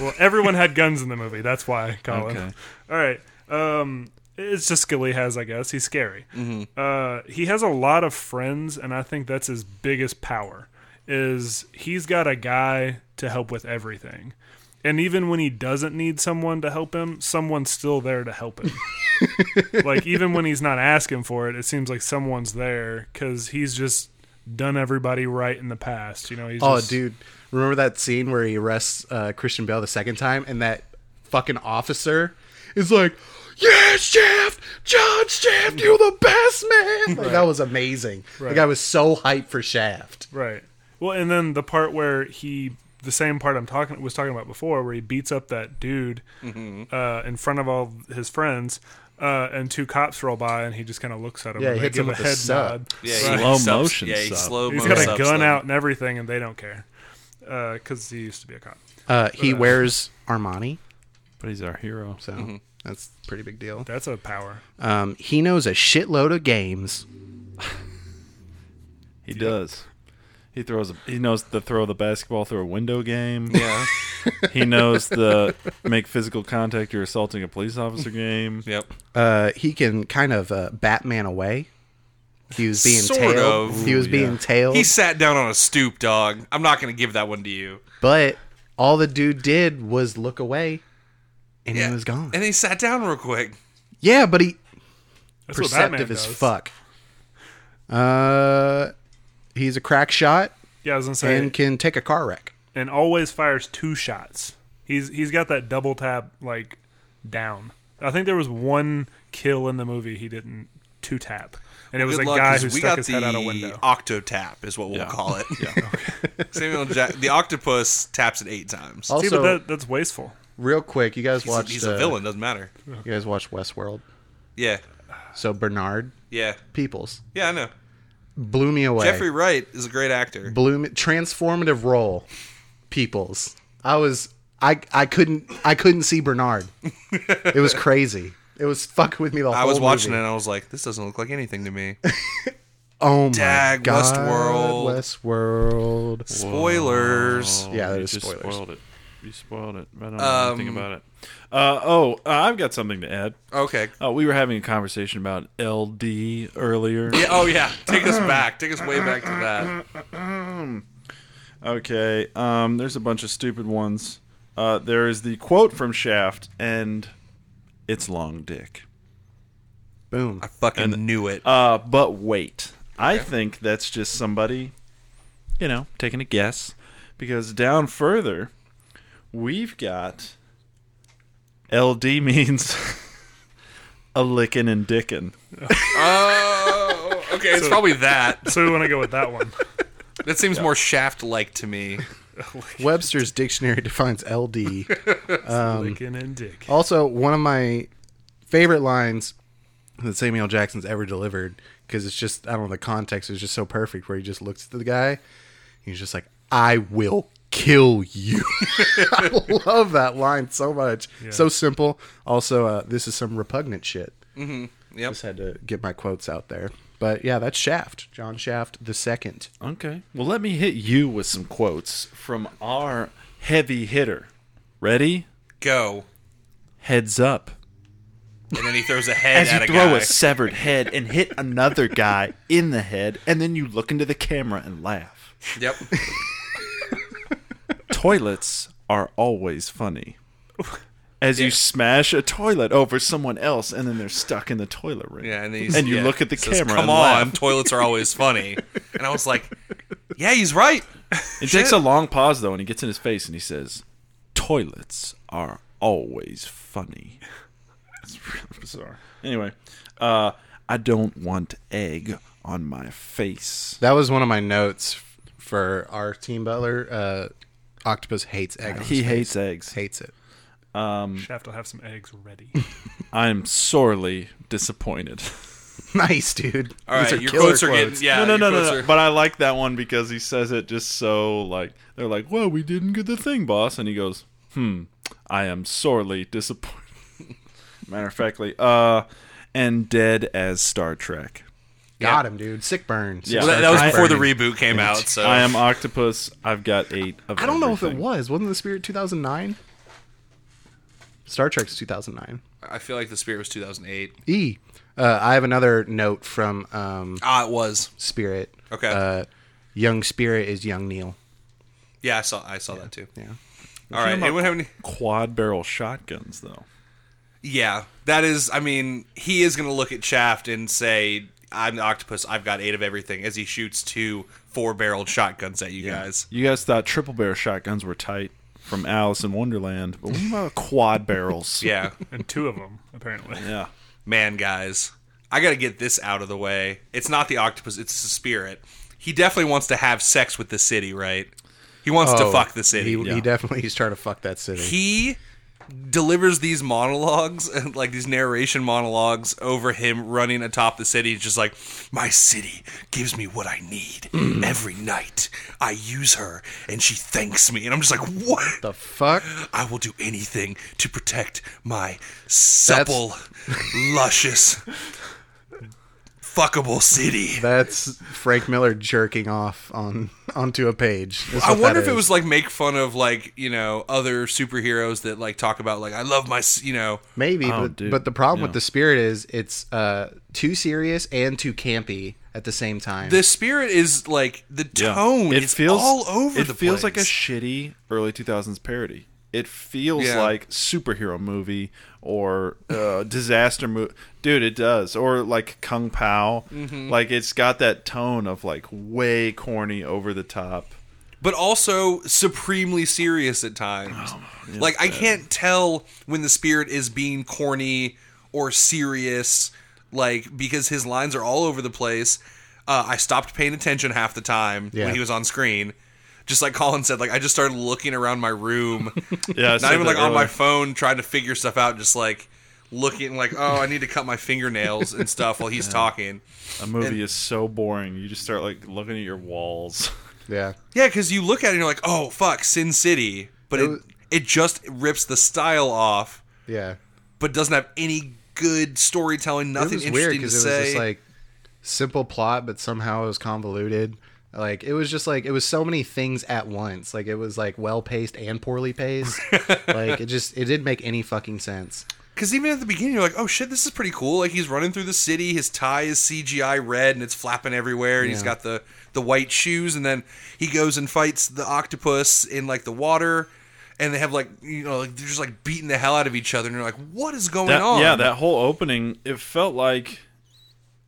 Speaker 4: well, everyone had guns in the movie. That's why, Colin.
Speaker 3: Okay.
Speaker 4: All right. Um, it's just skill he has, I guess. He's scary. Uh, he has a lot of friends, and I think that's his biggest power. Is he's got a guy to help with everything, and even when he doesn't need someone to help him, someone's still there to help him. like even when he's not asking for it, it seems like someone's there because he's just done everybody right in the past. You know, he's
Speaker 2: Oh,
Speaker 4: just,
Speaker 2: dude, remember that scene where he arrests uh, Christian Bale the second time, and that fucking officer is like, "Yes, Shaft, John Shaft, you're the best man." Like, That was amazing. The guy was so hyped for Shaft.
Speaker 4: Right. Well, and then the part where he, the same part I'm talking was talking about before, where he beats up that dude uh, in front of all his friends, uh, and two cops roll by, and he just kind of looks at him.
Speaker 2: Yeah,
Speaker 4: and
Speaker 2: he
Speaker 4: they
Speaker 2: hits
Speaker 4: give
Speaker 2: him
Speaker 4: a
Speaker 2: with a
Speaker 4: head
Speaker 2: sub.
Speaker 4: nod.
Speaker 1: Yeah,
Speaker 4: Right.
Speaker 1: he
Speaker 3: Slow
Speaker 1: subs-
Speaker 3: motion
Speaker 1: Yeah, he
Speaker 3: sub.
Speaker 1: slow
Speaker 4: He's
Speaker 1: motion.
Speaker 4: got a
Speaker 1: subs
Speaker 4: gun
Speaker 1: them.
Speaker 4: out and everything, and they don't care because he used to be a cop.
Speaker 2: Uh, he wears Armani,
Speaker 3: But he's our hero.
Speaker 2: so Oh,
Speaker 1: Mm-hmm.
Speaker 2: that's a pretty big deal.
Speaker 4: That's a power.
Speaker 2: Um, he knows a shitload of games.
Speaker 3: He does. He throws. A, he knows the throw the basketball through a window game.
Speaker 1: Yeah.
Speaker 3: he knows the make physical contact. You're assaulting a police officer game.
Speaker 1: Yep.
Speaker 2: Uh, he can kind of uh, Batman away. He was being
Speaker 1: Sort
Speaker 2: tailed.
Speaker 1: of.
Speaker 2: He was
Speaker 3: Ooh,
Speaker 2: being
Speaker 3: yeah.
Speaker 2: tailed.
Speaker 1: He sat down on a stoop, dog. I'm not going to give that one to you.
Speaker 2: But all the dude did was look away, and
Speaker 1: Yeah.
Speaker 2: he was gone.
Speaker 1: And he sat down real quick.
Speaker 2: yeah, but he
Speaker 4: That's what
Speaker 2: perceptive
Speaker 4: Batman
Speaker 2: as
Speaker 4: does.
Speaker 2: fuck. Uh, he's a crack shot
Speaker 4: Yeah, I was gonna say,
Speaker 2: and
Speaker 4: and,
Speaker 2: can take a car wreck.
Speaker 4: always fires two shots. He's he's got that double tap like down. I think there was one kill in the movie he didn't two tap, and it was
Speaker 1: Good
Speaker 4: a
Speaker 1: luck,
Speaker 4: guy
Speaker 1: 'cause
Speaker 4: who
Speaker 1: we
Speaker 4: stuck
Speaker 1: got
Speaker 4: his
Speaker 1: the
Speaker 4: head out a window.
Speaker 1: Octotap is what we'll
Speaker 3: Yeah.
Speaker 1: call it. Samuel Jack, the octopus taps it eight times.
Speaker 2: Also,
Speaker 4: See, but that, that's wasteful.
Speaker 2: real quick, you guys
Speaker 1: He's, a,
Speaker 2: watched.
Speaker 1: he's a
Speaker 2: uh,
Speaker 1: villain. Doesn't matter.
Speaker 2: You guys watched Westworld.
Speaker 1: Yeah.
Speaker 2: So Bernard
Speaker 1: Yeah.
Speaker 2: Peoples
Speaker 1: Yeah. I know.
Speaker 2: blew me away.
Speaker 1: Jeffrey Wright is a great actor.
Speaker 2: Bloom transformative role peoples. I was I I couldn't I couldn't see Bernard. it was crazy. It was fucking with me the whole
Speaker 1: I was watching it
Speaker 2: movie.
Speaker 1: and I was like, this doesn't look like anything to me.
Speaker 2: Oh my
Speaker 1: Dag,
Speaker 2: god.
Speaker 1: Westworld.
Speaker 2: Westworld.
Speaker 1: Spoilers.
Speaker 2: Yeah,
Speaker 3: Oh, you
Speaker 2: there's
Speaker 3: just
Speaker 2: spoilers.
Speaker 3: spoiled it. You spoiled it. I don't know anything about it. Uh, oh, uh, I've got something to add.
Speaker 1: Okay.
Speaker 3: Uh, we were having a conversation about LD earlier.
Speaker 1: Yeah, oh yeah. Take us back. Take us way back to that.
Speaker 3: Okay. Um, there's a bunch of stupid ones. Uh, there is the quote from Shaft, and it's long dick.
Speaker 2: Boom.
Speaker 1: I fucking knew it.
Speaker 3: Uh, but wait, I think that's just somebody, you know, taking a guess, because down further, we've got LD means a licking and dicking.
Speaker 1: oh, okay. It's probably that.
Speaker 4: So we want to go with that one.
Speaker 1: That seems more shaft like to me.
Speaker 2: Webster's dictionary defines LD.
Speaker 1: Um,
Speaker 4: Licking and dick.
Speaker 2: also, one of my favorite lines that Samuel Jackson's ever delivered because it's just I don't know the context is just so perfect where he just looks at the guy. He's just like, "I will kill you." I love that line so much. So simple. Also, uh, this is some repugnant shit.
Speaker 1: Yep.
Speaker 2: Just had to get my quotes out there. But yeah, that's Shaft, John Shaft the second.
Speaker 3: Okay. Well, let me hit you with some quotes from our heavy hitter. Ready?
Speaker 1: Go.
Speaker 3: Heads up.
Speaker 1: And then he throws a head
Speaker 3: As
Speaker 1: at
Speaker 3: you
Speaker 1: a
Speaker 3: throw
Speaker 1: guy.
Speaker 3: a severed head and hit another guy in the head, and then you look into the camera and laugh.
Speaker 1: Yep.
Speaker 3: Toilets are always funny. As you smash a toilet over someone else, and then they're stuck in the toilet ring.
Speaker 1: Yeah, and, he's,
Speaker 3: and you
Speaker 1: yeah,
Speaker 3: look at the
Speaker 1: says,
Speaker 3: camera.
Speaker 1: Come
Speaker 3: and
Speaker 1: on,
Speaker 3: laugh.
Speaker 1: toilets are always funny. And I was like, yeah, he's right.
Speaker 3: It takes a long pause though, and he gets in his face and he says, "Toilets are always funny." It's really bizarre. Anyway, uh, I don't want egg on my face.
Speaker 2: That was one of my notes f- for our team butler. Uh, Octopus hates eggs.
Speaker 3: He hates eggs.
Speaker 2: hates it.
Speaker 1: um,
Speaker 4: Shaft will have some eggs ready.
Speaker 3: I'm sorely disappointed.
Speaker 2: Nice, dude.
Speaker 1: All right,
Speaker 2: These
Speaker 1: your
Speaker 2: killer
Speaker 1: quotes are getting yeah.
Speaker 3: no, no,
Speaker 1: your
Speaker 3: no, no,
Speaker 1: quotes
Speaker 3: no.
Speaker 1: are-
Speaker 3: But I like that one because he says it just so like they're like, "Well, we didn't get the thing, boss," and he goes, "Hmm, I am sorely disappointed." Matter of factly, uh, and dead as Star Trek.
Speaker 2: Got him, dude. Sick burn. Sick
Speaker 3: Yeah.
Speaker 1: Well,
Speaker 2: burn.
Speaker 1: that, that was
Speaker 2: Sick
Speaker 1: before the
Speaker 2: burn.
Speaker 1: reboot came out. So
Speaker 3: I am Octopus. I've got eight of.
Speaker 2: I don't know if it
Speaker 3: everything.
Speaker 2: was. Wasn't the Spirit 2009? Star Trek's 2009.
Speaker 1: I feel like the spirit was 2008.
Speaker 2: E. Uh, I have another note from um,
Speaker 1: Ah, it was.
Speaker 2: Spirit.
Speaker 1: Okay.
Speaker 2: Uh, young Spirit is young Neil.
Speaker 1: Yeah, I saw. I saw that too.
Speaker 2: Yeah.
Speaker 1: All right. Anyone have any?
Speaker 3: quad barrel shotguns though.
Speaker 1: Yeah, that is. I mean, he is going to look at Shaft and say, "I'm the octopus. I've got eight of everything." As he shoots two four-barreled shotguns at you guys.
Speaker 3: You guys thought triple barrel shotguns were tight from Alice in Wonderland, but what about quad barrels?
Speaker 1: Yeah,
Speaker 4: and two of them, apparently.
Speaker 3: yeah.
Speaker 1: man, guys, I got to get this out of the way. It's not the octopus. It's the spirit. He definitely wants to have sex with the city, right? He wants to fuck the city.
Speaker 2: Oh, He, he definitely is trying to fuck that city.
Speaker 1: he delivers these monologues like these narration monologues over him running atop the city It's just like my city gives me what i need every night i use her and she thanks me and i'm just like what
Speaker 2: the fuck?
Speaker 1: i will do anything to protect my supple luscious fuckable city
Speaker 2: That's Frank Miller jerking off on onto a page. That's
Speaker 1: I
Speaker 2: what
Speaker 1: wonder
Speaker 2: that
Speaker 1: if it
Speaker 2: is.
Speaker 1: was like make fun of like you know other superheroes that like talk about like I love my s- you know
Speaker 2: maybe,
Speaker 3: Oh,
Speaker 2: but,
Speaker 3: dude.
Speaker 2: but the problem
Speaker 3: Yeah.
Speaker 2: with the Spirit is it's uh, too serious and too campy at the same time.
Speaker 1: the spirit is like the
Speaker 3: Yeah.
Speaker 1: tone is all over
Speaker 3: it
Speaker 1: the
Speaker 3: feels
Speaker 1: place.
Speaker 3: like a shitty early 2000s parody it feels
Speaker 1: Yeah.
Speaker 3: like superhero movie or uh, disaster movie dude it does or like kung pao
Speaker 1: Mm-hmm.
Speaker 3: like it's got that tone of like way corny over the top
Speaker 1: but also supremely serious at times. like I can't tell when the spirit is being corny or serious like because his lines are all over the place. Uh, I stopped paying attention half the time
Speaker 2: Yeah.
Speaker 1: when he was on screen. Just like Colin said, like I just started looking around my room.
Speaker 3: yeah I said
Speaker 1: not even
Speaker 3: that
Speaker 1: like on my
Speaker 3: earlier.
Speaker 1: phone trying to figure stuff out just like looking like oh i need to cut my fingernails and stuff while he's talking
Speaker 3: a movie is so boring you just start like looking at your walls
Speaker 2: yeah.
Speaker 1: Yeah, because you look at it and you're like, oh fuck, Sin City, but it
Speaker 2: was-
Speaker 1: it just rips the style off,
Speaker 2: Yeah.
Speaker 1: but doesn't have any good storytelling.
Speaker 2: it
Speaker 1: Nothing
Speaker 2: was
Speaker 1: interesting
Speaker 2: weird
Speaker 1: to
Speaker 2: because it was
Speaker 1: say.
Speaker 2: just like simple plot, but somehow it was convoluted. Like it was just like it was so many things at once. Like it was like well paced and poorly paced. like it just it didn't make any fucking sense.
Speaker 1: Because even at the beginning, you're like, oh shit, this is pretty cool. Like he's running through the city, his tie is CGI red and it's flapping everywhere, and he's
Speaker 2: Yeah.
Speaker 1: got the the white shoes, and then he goes and fights the octopus in like the water. And they have like you know like they're just like beating the hell out of each other, and you're like, "What is going
Speaker 3: That-
Speaker 1: on?"
Speaker 3: Yeah, that whole opening, it felt like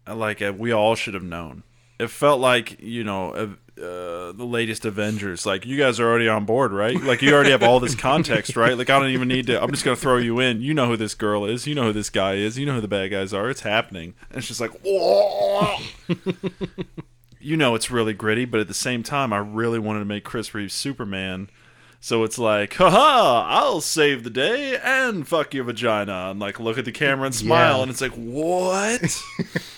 Speaker 3: like uh, we all should have known. It felt like you know uh, uh, the latest Avengers. Like you guys are already on board, right? Like you already have all this context, right? Like I don't even need to. I'm just gonna throw you in. You know who this girl is. You know who this guy is. You know who the bad guys are. It's happening. And it's just like, whoa. you know, it's really gritty, but at the same time, I really wanted to make Chris Reeves Superman. So it's like, haha, I'll save the day and fuck your vagina. And like, look at the camera and smile.
Speaker 2: Yeah.
Speaker 3: And it's like, what?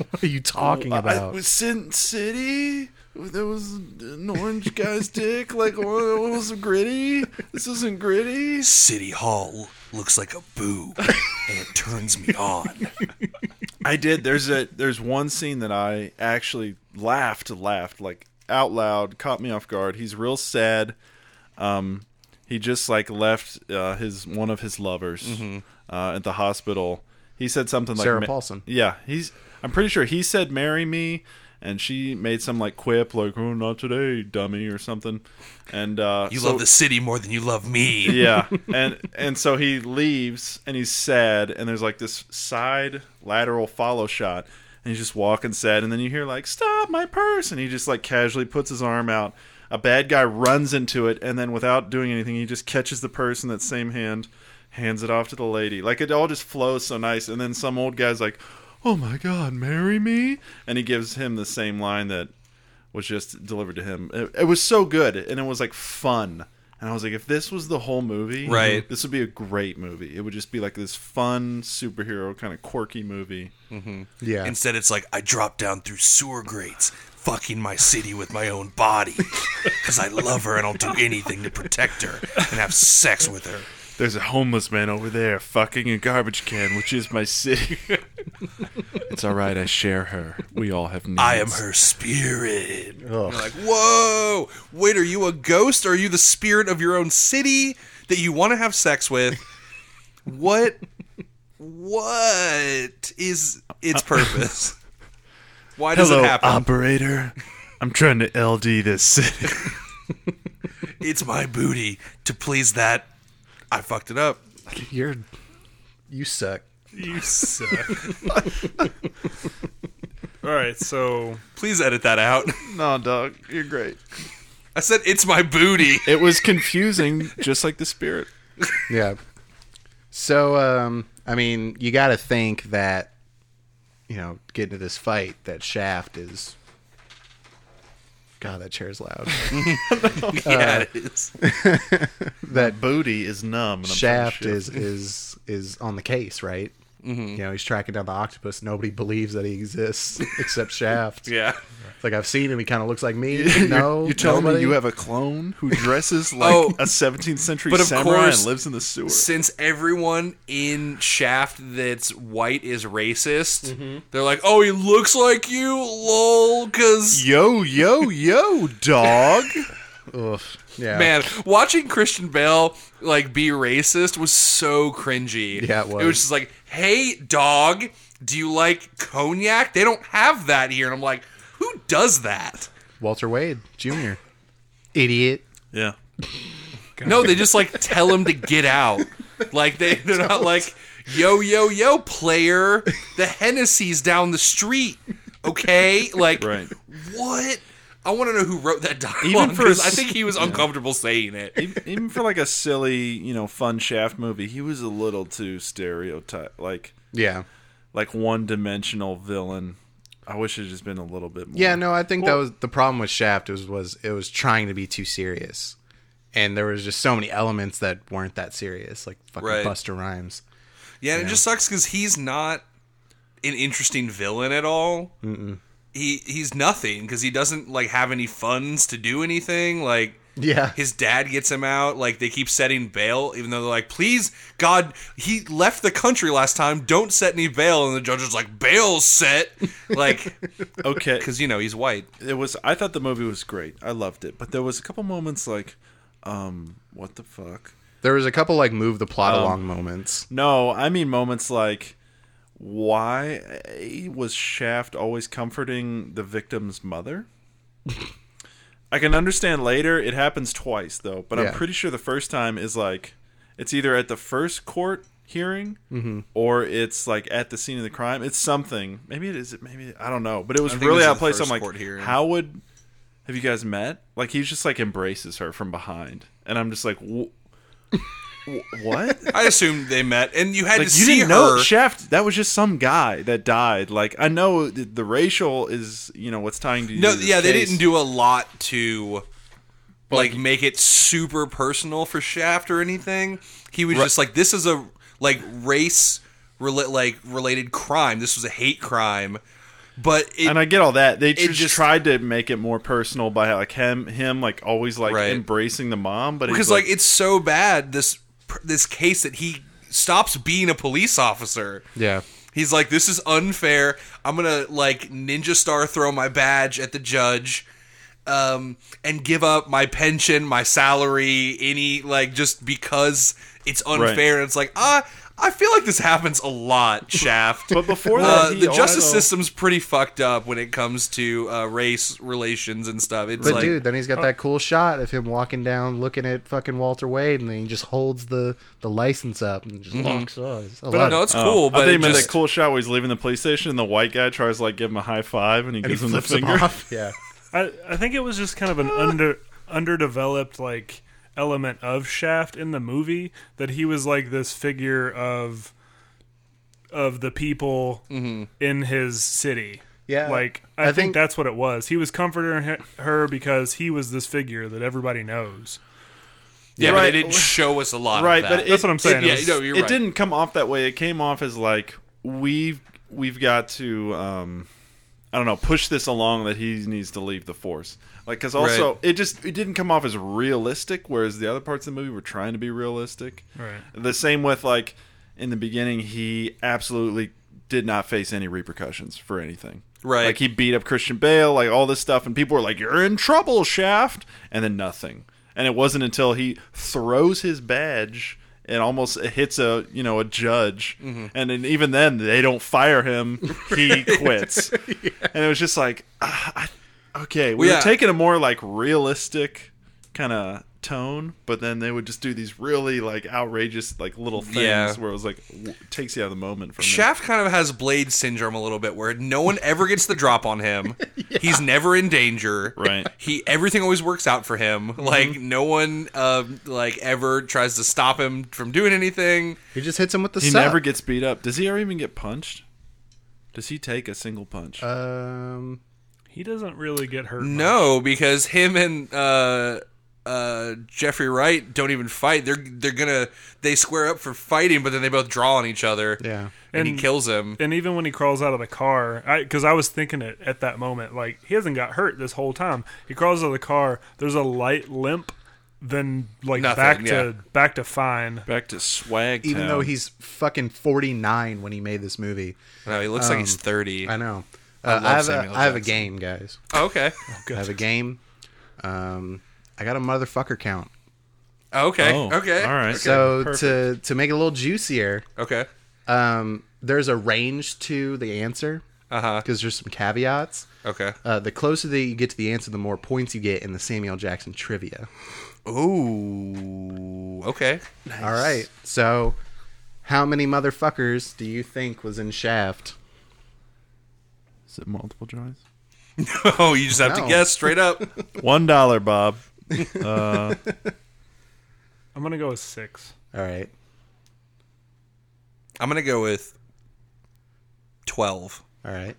Speaker 2: What are you talking
Speaker 3: I, was Sin City? There was an orange guy's dick? Like, what, what was gritty? This isn't gritty.
Speaker 1: City Hall looks like a boob, and it turns me on.
Speaker 3: I did. There's a there's one scene that I actually laughed, laughed like out loud, caught me off guard. He's real sad. Um, he just like left uh, his one of his lovers uh, at the hospital. He said something like
Speaker 2: Sarah
Speaker 3: "Ma-
Speaker 2: Paulson.
Speaker 3: Yeah, he's. I'm pretty sure he said "marry me," and she made some like quip like "oh not today, dummy" or something. And uh,
Speaker 1: You
Speaker 3: so-
Speaker 1: love the city more than you love me.
Speaker 3: yeah and and so he leaves and he's sad and there's like this side lateral follow shot and he's just walking sad and then you hear like stop my purse and he just like casually puts his arm out a bad guy runs into it and then without doing anything he just catches the purse in that same hand hands it off to the lady like it all just flows so nice and then some old guy's like oh my god marry me and he gives him the same line that was just delivered to him. It, it was so good, and it was like fun. And I was like, if this was the whole movie,
Speaker 1: Right.
Speaker 3: this would be a great movie. It would just be like this fun superhero kind of quirky movie.
Speaker 2: Yeah.
Speaker 1: Instead, it's like I dropped down through sewer grates, fucking my city with my own body because I love her and I'll do anything to protect her and have sex with her.
Speaker 3: There's a homeless man over there fucking a garbage can, which is my city. it's all right, I share her. We all have needs.
Speaker 1: I am her spirit. You're like, whoa! Wait, are you a ghost? Are you the spirit of your own city that you want to have sex with? What? What is its purpose? Why does it happen?
Speaker 3: um, operator. I'm trying to LD this city.
Speaker 1: It's my booty to please that. I fucked it up.
Speaker 2: You're you suck.
Speaker 4: You suck. All right, so
Speaker 1: Please edit that out.
Speaker 3: no, dog, you're great.
Speaker 1: I said it's my booty.
Speaker 3: It was confusing, just like the spirit.
Speaker 2: Yeah. So um I mean, you got to think that you know, getting to this fight that Shaft is God, that chair's loud.
Speaker 1: yeah, it is.
Speaker 2: that
Speaker 3: Booty is numb. And I'm
Speaker 2: Shaft is is is on the case, right?
Speaker 3: Mm-hmm.
Speaker 2: You know, he's tracking down the octopus. Nobody believes that he exists except Shaft.
Speaker 1: Yeah.
Speaker 2: It's like I've seen him. He kind of looks like me. no,
Speaker 3: You're telling
Speaker 2: nobody.
Speaker 3: me you have a clone who dresses like
Speaker 1: Oh,
Speaker 3: a 17th century
Speaker 1: but of
Speaker 3: samurai
Speaker 1: course-
Speaker 3: and lives in the sewer.
Speaker 1: since everyone in Shaft that's white is racist,
Speaker 2: Mm-hmm.
Speaker 1: they're like, "Oh, he looks like you, lol." Because
Speaker 3: Yo, yo, yo, dog.
Speaker 2: yeah,
Speaker 1: man, watching Christian Bale like be racist was so cringy.
Speaker 2: Yeah, it was.
Speaker 1: It was just like, "Hey, dog, do you like cognac? They don't have that here." And I'm like, "Who does that?"
Speaker 2: Walter Wade Jr. Idiot.
Speaker 3: yeah.
Speaker 1: No, they just like tell him to get out. Like they, they're not like, yo, yo, yo, player, the Hennessy's down the street. Okay, like
Speaker 3: Right.
Speaker 1: what? I want to know who wrote that dialogue.
Speaker 3: Even for a
Speaker 1: 'cause I
Speaker 3: s-
Speaker 1: think he was uncomfortable saying it.
Speaker 3: Even- Even for like a silly, you know, fun Shaft movie, he was a little too stereotype, like
Speaker 2: Yeah.
Speaker 3: like one dimensional villain. I wish it had just been a little bit more.
Speaker 2: Yeah, no, I think that was the problem with Shaft was was it was trying to be too serious, and there was just so many elements that weren't that serious, like fucking
Speaker 1: Right.
Speaker 2: Buster Rhymes.
Speaker 1: Yeah, and it just sucks because he's not an interesting villain at all. He he's nothing because he doesn't like have any funds to do anything. Like
Speaker 2: Yeah,
Speaker 1: his dad gets him out like they keep setting bail even though they're like please god he left the country last time don't set any bail and the judge is like bail's set like
Speaker 3: Okay.
Speaker 1: because you know he's white
Speaker 3: it was I thought the movie was great. I loved it. But there was a couple moments like um what the fuck?
Speaker 2: there was a couple like move the plot along moments.
Speaker 3: No, I mean moments like why was Shaft always comforting the victim's mother? I can understand later. It happens twice though, but
Speaker 2: Yeah.
Speaker 3: I'm pretty sure the first time is like it's either at the first court hearing
Speaker 1: Mm-hmm.
Speaker 3: or it's like at the scene of the crime. It's something. Maybe it is. Maybe I don't know. But it was
Speaker 1: think it
Speaker 3: really
Speaker 1: was at
Speaker 3: out of
Speaker 1: the
Speaker 3: place. I'm
Speaker 1: first
Speaker 3: like,
Speaker 1: court hearing.
Speaker 3: how would have you guys met? Like he just like embraces her from behind, and I'm just like, wh- wh- what?
Speaker 1: i assumed they met and you had
Speaker 3: like
Speaker 1: to
Speaker 3: you
Speaker 1: see
Speaker 3: didn't
Speaker 1: her
Speaker 3: know Shaft. That was just some guy that died. Like I know the, the racial is you know what's tying to
Speaker 1: no
Speaker 3: this
Speaker 1: yeah they
Speaker 3: case.
Speaker 1: didn't do a lot to like make it super personal for shaft or anything he was just like this is a like race rela- like related crime this was a hate crime but it,
Speaker 3: And I get all that. They just,
Speaker 1: just-
Speaker 3: tried to make it more personal by like him him like always like
Speaker 1: Right.
Speaker 3: embracing the mom, but
Speaker 1: because
Speaker 3: he's
Speaker 1: like, it's so bad this this case that he stops being a police officer.
Speaker 2: Yeah,
Speaker 1: He's like, this is unfair. I'm gonna like ninja star throw my badge at the judge, um, and give up my pension, my salary, any like just because it's unfair. And it's like ah. I feel like this happens a lot, Shaft.
Speaker 3: But before that,
Speaker 1: uh,
Speaker 3: he
Speaker 1: the justice
Speaker 3: also-
Speaker 1: system's pretty fucked up when it comes to uh, race relations and stuff. It's
Speaker 2: but
Speaker 1: like,
Speaker 2: dude, then he's got that cool shot of him walking down, looking at fucking Walter Wade, and then he just holds the the license up and just locks eyes. uh, I love
Speaker 1: no,
Speaker 2: it.
Speaker 1: it's cool.
Speaker 3: Oh, I
Speaker 1: But
Speaker 3: think
Speaker 1: it
Speaker 3: he meant
Speaker 1: just-
Speaker 3: that cool shot where he's leaving the police station and the white guy tries to like give him a high five and he gives him the finger.
Speaker 2: off. Yeah,
Speaker 4: I I think it was just kind of an under underdeveloped like element of Shaft in the movie that he was like this figure of of the people in his city.
Speaker 2: Mm-hmm. Yeah.
Speaker 4: like I,
Speaker 2: I
Speaker 4: think,
Speaker 2: think-
Speaker 4: that's what it was. He was comforting he- her because he was this figure that everybody knows.
Speaker 1: Yeah, but
Speaker 3: Right.
Speaker 1: they didn't show us a lot
Speaker 3: right
Speaker 1: of
Speaker 3: but
Speaker 1: that.
Speaker 3: it,
Speaker 4: That's what I'm saying.
Speaker 3: it,
Speaker 1: Yeah, no, you're
Speaker 3: it
Speaker 1: right.
Speaker 3: didn't come off that way it came off as like we've we've got to um i don't know push this along that he needs to leave the force like because also
Speaker 1: Right.
Speaker 3: it just it didn't come off as realistic whereas the other parts of the movie were trying to be realistic
Speaker 4: Right.
Speaker 3: the same with like in the beginning he absolutely did not face any repercussions for anything
Speaker 1: Right.
Speaker 3: like he beat up christian bale like all this stuff and people were like you're in trouble shaft and then nothing and it wasn't until he throws his badge and almost hits a you know a judge
Speaker 1: Mm-hmm.
Speaker 3: and then even then they don't fire him he quits and it was just like ah, I- okay we
Speaker 1: Well,
Speaker 3: were
Speaker 1: yeah.
Speaker 3: taking a more like realistic kind of tone, but then they would just do these really like outrageous like little things
Speaker 1: Yeah.
Speaker 3: where it was like w- takes you out of the moment. For a minute.
Speaker 1: Shaft kind of has Blade syndrome a little bit, where no one ever gets the drop on him. He's never in danger.
Speaker 3: Right.
Speaker 1: He everything always works out for him.
Speaker 3: Mm-hmm.
Speaker 1: Like no one, uh, like ever tries to stop him from doing anything.
Speaker 2: He just hits him with the
Speaker 3: he
Speaker 2: sup.
Speaker 3: never gets beat up. Does he ever even get punched? Does he take a single punch?
Speaker 2: um,
Speaker 4: He doesn't really get hurt. much.
Speaker 1: No, because him and uh, uh, Jeffrey Wright don't even fight. They're they're gonna they square up for fighting, but then they both draw on each other.
Speaker 2: Yeah.
Speaker 1: and, he
Speaker 4: And-
Speaker 1: kills him.
Speaker 4: And even when he crawls out of the car, because I, was thinking it at that moment, like he hasn't got hurt this whole time. He crawls out of the car. There's a light limp, then like
Speaker 1: Nothing,
Speaker 4: back
Speaker 1: yeah.
Speaker 4: to back to fine.
Speaker 3: Back to swag.
Speaker 2: even
Speaker 3: Town.
Speaker 2: though he's fucking 49 when he made this movie.
Speaker 1: No, he looks like
Speaker 3: Um,
Speaker 1: he's thirty.
Speaker 2: I know. Uh, I,
Speaker 1: love
Speaker 2: have a,
Speaker 1: Samuel
Speaker 2: I have a
Speaker 1: Jackson.
Speaker 2: game, guys.
Speaker 1: Oh, okay,
Speaker 2: I have a game. Um, I got a motherfucker count.
Speaker 1: okay,
Speaker 3: Oh,
Speaker 1: okay,
Speaker 3: all right.
Speaker 2: so to to make it a little juicier,
Speaker 1: okay.
Speaker 2: um, there's a range to the answer
Speaker 1: Uh huh.
Speaker 2: because there's some caveats.
Speaker 1: Okay.
Speaker 2: Uh, the closer that you get to the answer, the more points you get in the Samuel Jackson trivia.
Speaker 1: Ooh. Okay.
Speaker 2: All right. So, how many motherfuckers do you think was in Shaft?
Speaker 3: is it multiple choice?
Speaker 1: Oh, you just have
Speaker 2: No.
Speaker 1: to guess straight up.
Speaker 3: One dollar, Bob.
Speaker 4: I'm gonna go with six.
Speaker 2: All right.
Speaker 1: I'm gonna go with twelve.
Speaker 2: All right.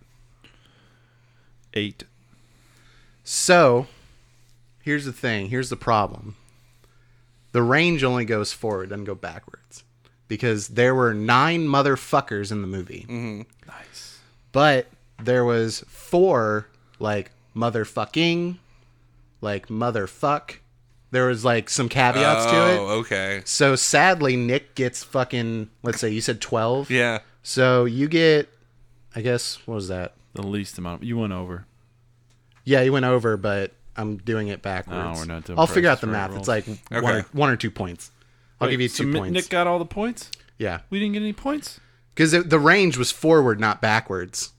Speaker 3: Eight.
Speaker 2: So, here's the thing. Here's the problem. The range only goes forward, doesn't go backwards, because there were nine motherfuckers in the movie. Mm-hmm. Nice. But there was four like motherfucking, like motherfuck. There was like some caveats to
Speaker 1: oh,
Speaker 2: it.
Speaker 1: okay.
Speaker 2: So sadly, Nick gets fucking. Let's say you said twelve.
Speaker 1: Yeah.
Speaker 2: So you get, I guess, what was that?
Speaker 3: The least amount. You went over.
Speaker 2: Yeah, you went over, but I'm doing it backwards.
Speaker 3: No, Oh, we're not doing
Speaker 2: I'll figure out the
Speaker 3: prices
Speaker 2: math.
Speaker 3: right
Speaker 2: It's like one, or,
Speaker 1: Okay.
Speaker 2: one or two points. I'll give you
Speaker 3: So
Speaker 2: two
Speaker 3: Mi-
Speaker 2: points.
Speaker 3: Nick got all the points.
Speaker 2: yeah,
Speaker 3: We didn't get any points.
Speaker 2: because the range was forward, not backwards.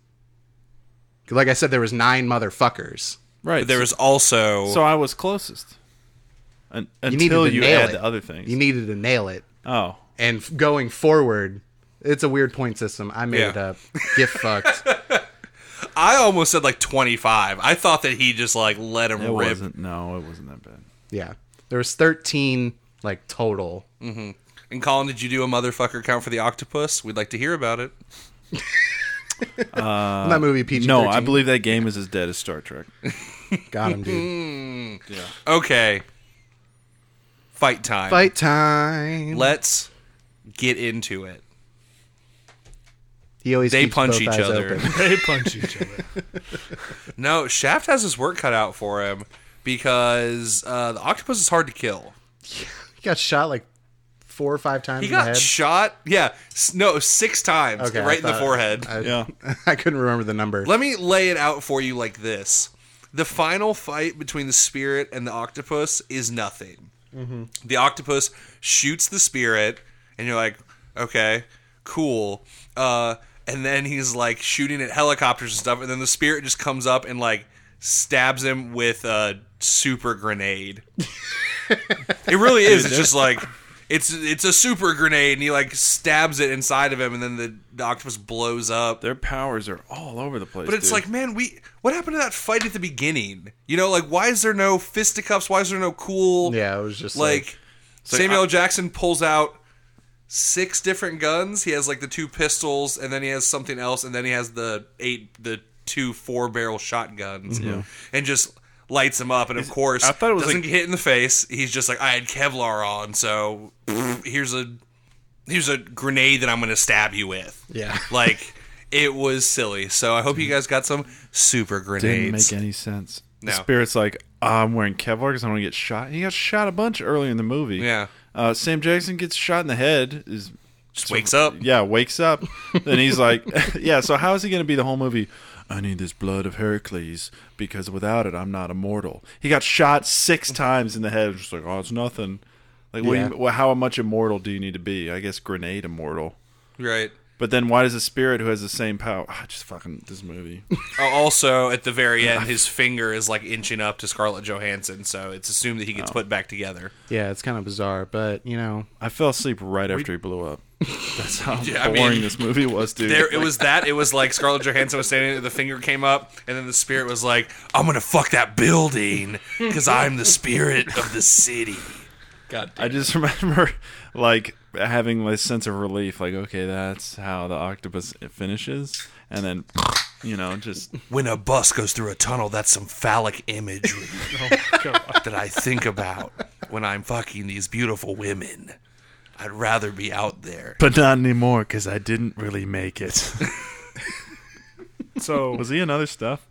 Speaker 2: 'Cause Like I said, there was nine motherfuckers.
Speaker 3: Right.
Speaker 1: But there was also
Speaker 3: So I was closest. Un-
Speaker 2: You needed
Speaker 3: until
Speaker 2: to
Speaker 3: you
Speaker 2: nail
Speaker 3: add
Speaker 2: it.
Speaker 3: the other things.
Speaker 2: You needed to nail it.
Speaker 3: oh.
Speaker 2: And f- going forward, it's a weird point system. I made
Speaker 1: Yeah.
Speaker 2: it up. Get fucked.
Speaker 1: I almost said like twenty five. I thought that he just like let him
Speaker 3: It
Speaker 1: rip.
Speaker 3: wasn't. No, it wasn't that bad.
Speaker 2: Yeah, there was thirteen like total.
Speaker 1: And Colin, did you do a motherfucker count for the octopus? We'd like to hear about it.
Speaker 2: that movie PG.
Speaker 3: Uh, No, I believe that game is as dead as Star Trek.
Speaker 2: got him, dude.
Speaker 1: Okay. Fight time.
Speaker 2: Fight time.
Speaker 1: Let's get into it.
Speaker 2: He always
Speaker 1: They
Speaker 2: keeps
Speaker 1: punch
Speaker 2: both
Speaker 1: each
Speaker 2: eyes
Speaker 1: other.
Speaker 2: open.
Speaker 4: They punch each other.
Speaker 1: No, Shaft has his work cut out for him because uh, the octopus is hard to kill.
Speaker 2: He got shot like four or five
Speaker 1: He
Speaker 2: times. in the
Speaker 1: got
Speaker 2: head.
Speaker 1: shot. Yeah, s- no, six times,
Speaker 2: Okay, I
Speaker 1: right in the
Speaker 2: thought-
Speaker 1: forehead.
Speaker 2: I,
Speaker 3: Yeah.
Speaker 2: I couldn't remember the number.
Speaker 1: Let me lay it out for you like this: the final fight between the spirit and the octopus is nothing. The octopus shoots the spirit, and you're like, okay, cool. Uh, and then he's like shooting at helicopters and stuff, and then the spirit just comes up and like stabs him with a super grenade. it really is. It's just like. It's, it's a super grenade and he like stabs it inside of him and then the, the octopus blows up.
Speaker 3: Their powers are all over the place.
Speaker 1: But it's
Speaker 3: dude.
Speaker 1: like, man, we what happened to that fight at the beginning? You know, like why is there no fisticuffs? Why is there no cool?
Speaker 2: yeah, it was just
Speaker 1: like,
Speaker 2: like,
Speaker 3: like,
Speaker 1: Samuel Jackson pulls out six different guns. He has like the two pistols, and then he has something else, and then he has the eight, the two four barrel shotguns, and just lights him up, and of course,
Speaker 3: Mm-hmm. I thought it was
Speaker 1: doesn't
Speaker 3: like-
Speaker 1: get hit in the face. He's just like, I had Kevlar on, so pfft, here's a here's a grenade that I'm going to stab you with.
Speaker 2: Yeah.
Speaker 1: like it was silly. So I hope you guys got some super
Speaker 3: Didn't
Speaker 1: grenades.
Speaker 3: make any sense.
Speaker 1: No.
Speaker 3: The spirit's like, "Ah, I'm wearing Kevlar because I'm gonna get shot. And he got shot a bunch earlier in the movie.
Speaker 1: Yeah.
Speaker 3: Uh, Sam Jackson gets shot in the head. Is
Speaker 1: Just wakes up.
Speaker 3: yeah, wakes up. Then he's like, yeah. So how is he gonna be the whole movie? I need this blood of Heracles because without it, I'm not immortal. He got shot six times in the head. Just like, oh, it's nothing. Like, what do
Speaker 2: Yeah.
Speaker 3: you, well, how much immortal do you need to be? I guess grenade immortal.
Speaker 1: Right.
Speaker 3: But then why does a spirit who has the same power? I just fucking this movie.
Speaker 1: Oh, Also, at the very end, his finger is like inching up to Scarlett Johansson, so it's assumed that he
Speaker 4: Oh.
Speaker 1: gets put back together.
Speaker 2: Yeah, it's kind of bizarre, but you know,
Speaker 3: I fell asleep right after he blew up. That's how
Speaker 1: Yeah, I
Speaker 3: boring
Speaker 1: mean,
Speaker 3: this movie was, dude.
Speaker 1: There, it was that. It was like Scarlett Johansson was standing there, the finger came up, and then the spirit was like, "I'm gonna fuck that building because I'm the spirit of the city."
Speaker 2: God,
Speaker 3: I just remember like having this sense of relief, like okay, that's how the octopus finishes, and then you know just
Speaker 1: When a bus goes through a tunnel, that's some phallic imagery
Speaker 4: God.
Speaker 1: that I think about when I'm fucking these beautiful women. I'd rather be out there.
Speaker 3: but not anymore because I didn't really make it.
Speaker 4: So
Speaker 3: was he in other stuff?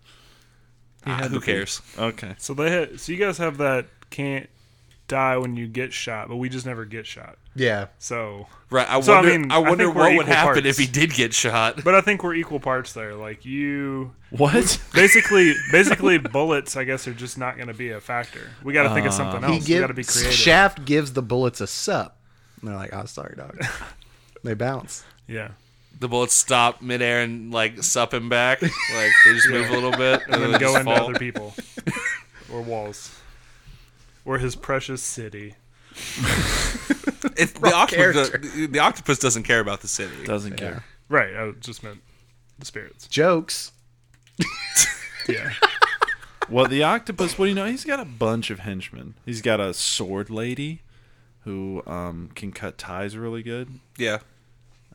Speaker 1: Ah, who cares?
Speaker 3: Okay,
Speaker 4: so they ha- so you guys have that can't die when you get shot, but we just never get shot.
Speaker 2: yeah,
Speaker 4: So,
Speaker 1: Right. I
Speaker 4: So, I
Speaker 1: wonder. I,
Speaker 4: mean, I
Speaker 1: wonder
Speaker 4: think we're
Speaker 1: what would
Speaker 4: equal
Speaker 1: happen
Speaker 4: parts.
Speaker 1: if he did get shot.
Speaker 4: but I think we're equal parts there. Like you,
Speaker 3: what?
Speaker 4: basically, basically, bullets. I guess are just not going to be a factor. We got to think of something
Speaker 2: he
Speaker 4: else. Oh, we got to be
Speaker 2: gives
Speaker 4: creative.
Speaker 2: Shaft gives the bullets a sup, and they're like, "Oh, sorry, dog." they bounce.
Speaker 4: yeah,
Speaker 1: the bullets stop midair and like sup him back. Like they just move a little bit and,
Speaker 4: and
Speaker 1: they
Speaker 4: then go
Speaker 1: just
Speaker 4: into
Speaker 1: fall.
Speaker 4: other people or walls or his precious city.
Speaker 1: It- the, octopus,
Speaker 2: character.
Speaker 1: the, the octopus doesn't care about the city.
Speaker 3: Doesn't care.
Speaker 4: Right. I just meant the spirits.
Speaker 2: Jokes.
Speaker 4: Yeah.
Speaker 3: Well, the octopus. What do you know? He's got a bunch of henchmen. He's got a sword lady who um, can cut ties really good.
Speaker 1: Yeah.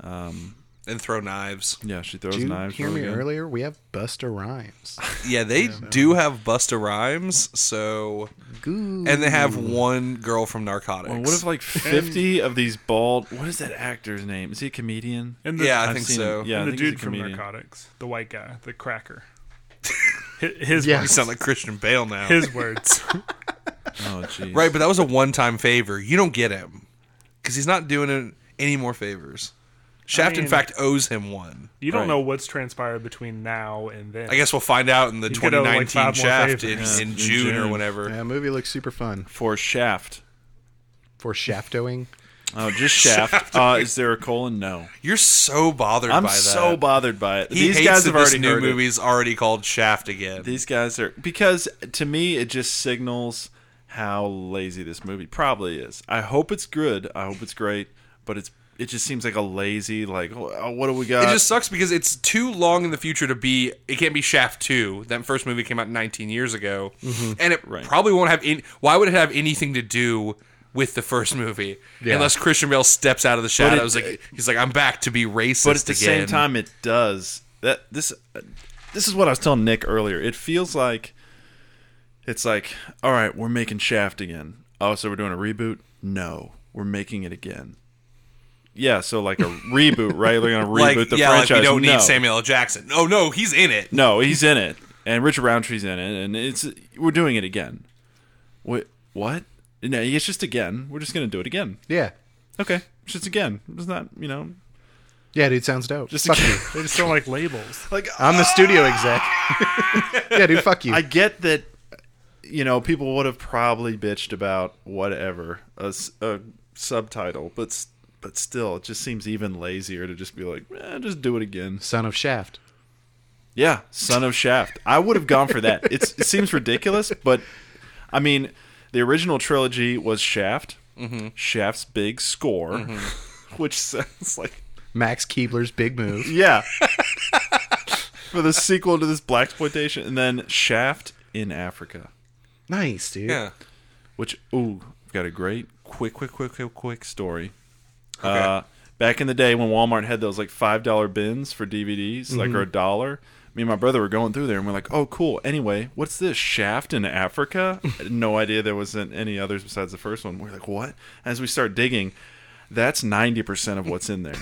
Speaker 1: Um, and throw knives.
Speaker 3: Yeah, she throws
Speaker 2: Did you
Speaker 3: knives.
Speaker 2: hear
Speaker 3: really
Speaker 2: me
Speaker 3: good.
Speaker 2: earlier? We have Buster Rhymes.
Speaker 1: Yeah, they do have Busta Rhymes. So,
Speaker 2: Goo.
Speaker 1: and they have one girl from Narcotics.
Speaker 3: Well, what if like fifty of these bald? What is that actor's name? Is he a comedian?
Speaker 4: And the,
Speaker 1: yeah, I
Speaker 3: I've
Speaker 1: think
Speaker 3: seen-
Speaker 1: so.
Speaker 3: yeah. I
Speaker 4: and the
Speaker 3: think he's a
Speaker 4: dude from
Speaker 3: comedian.
Speaker 4: Narcotics, the white guy, the cracker. Hi- His
Speaker 2: Yeah.
Speaker 1: you
Speaker 4: words.
Speaker 1: sound like Christian Bale now.
Speaker 4: His words.
Speaker 3: Oh, jeez.
Speaker 1: right, but that was a one-time favor. You don't get him because he's not doing it- any more favors. Shaft, in
Speaker 4: mean-
Speaker 1: fact, owes him one.
Speaker 4: You don't
Speaker 3: Right.
Speaker 4: know what's transpired between now and then.
Speaker 1: I guess we'll find out in the
Speaker 4: could owe, like,
Speaker 1: 2019
Speaker 4: five more
Speaker 1: Shaft in,
Speaker 4: favors.
Speaker 1: in
Speaker 3: Yeah, in
Speaker 1: June, or
Speaker 3: June.
Speaker 1: whatever.
Speaker 2: Yeah, movie looks super fun
Speaker 3: For Shaft.
Speaker 2: for shaftoing.
Speaker 3: Oh, just Shaft. uh, is there a colon? No.
Speaker 1: You're so bothered
Speaker 3: I'm
Speaker 1: by that.
Speaker 3: so bothered by it.
Speaker 1: He
Speaker 3: These
Speaker 1: hates
Speaker 3: guys
Speaker 1: that
Speaker 3: have
Speaker 1: this
Speaker 3: already
Speaker 1: new
Speaker 3: heard it.
Speaker 1: movie's already called Shaft again.
Speaker 3: These guys are because to me it just signals how lazy this movie probably is. I hope it's good. I hope it's great, but it's it just seems like a lazy like oh, oh, what do we
Speaker 1: it
Speaker 3: got?
Speaker 1: just sucks because it's too long in the future to be. It can't be Shaft two. That first movie came out 19 years ago,
Speaker 3: Mm-hmm.
Speaker 1: and it
Speaker 3: Right.
Speaker 1: probably won't have. Any, why would it have anything to do with the first movie? Unless Christian Bale steps out of the shadows, like he's like, I'm back to be racist.
Speaker 3: but at the
Speaker 1: again.
Speaker 3: same time it does that this this is what i was telling nick earlier it feels like it's like all right we're making shaft again oh so we're doing a reboot no we're making it again yeah so like a reboot right they're gonna reboot
Speaker 1: like,
Speaker 3: the
Speaker 1: yeah,
Speaker 3: franchise
Speaker 1: like we don't
Speaker 3: no.
Speaker 1: need Samuel L. Jackson. Oh no, he's in it.
Speaker 3: no he's in it and richard roundtree's in it and it's we're doing it again what what no it's just again we're just gonna do it again
Speaker 2: Yeah,
Speaker 3: okay it's just again it's not you know
Speaker 2: yeah, dude, sounds dope.
Speaker 3: just
Speaker 2: fuck
Speaker 3: again.
Speaker 2: you.
Speaker 4: they just don't like labels.
Speaker 3: like
Speaker 2: I'm the studio exec. yeah, dude, fuck you.
Speaker 3: I get that, you know, people would have probably bitched about whatever a, s- a subtitle, but s- but still, it just seems even lazier to just be like, eh, just do it again.
Speaker 2: Son of Shaft.
Speaker 3: Yeah, Son of Shaft. I would have gone for that. It's, it seems ridiculous, but I mean, the original trilogy was Shaft, Shaft's big score, which sounds like
Speaker 2: Max Keebler's big move.
Speaker 3: yeah. For the sequel to this black exploitation, and then Shaft in Africa.
Speaker 2: Nice, dude.
Speaker 1: Yeah.
Speaker 3: Which ooh, I've got a great quick, quick, quick, quick, quick story.
Speaker 4: Mm-hmm.
Speaker 3: Uh, back in the day when Walmart had those like five dollar bins for DVDs, like or a dollar, me and my brother were going through there, and we're like, "Oh, cool." Anyway, what's this shaft in Africa? I had no idea there wasn't any others besides the first one. We're like, "What?" As we start digging, that's ninety percent of what's in there.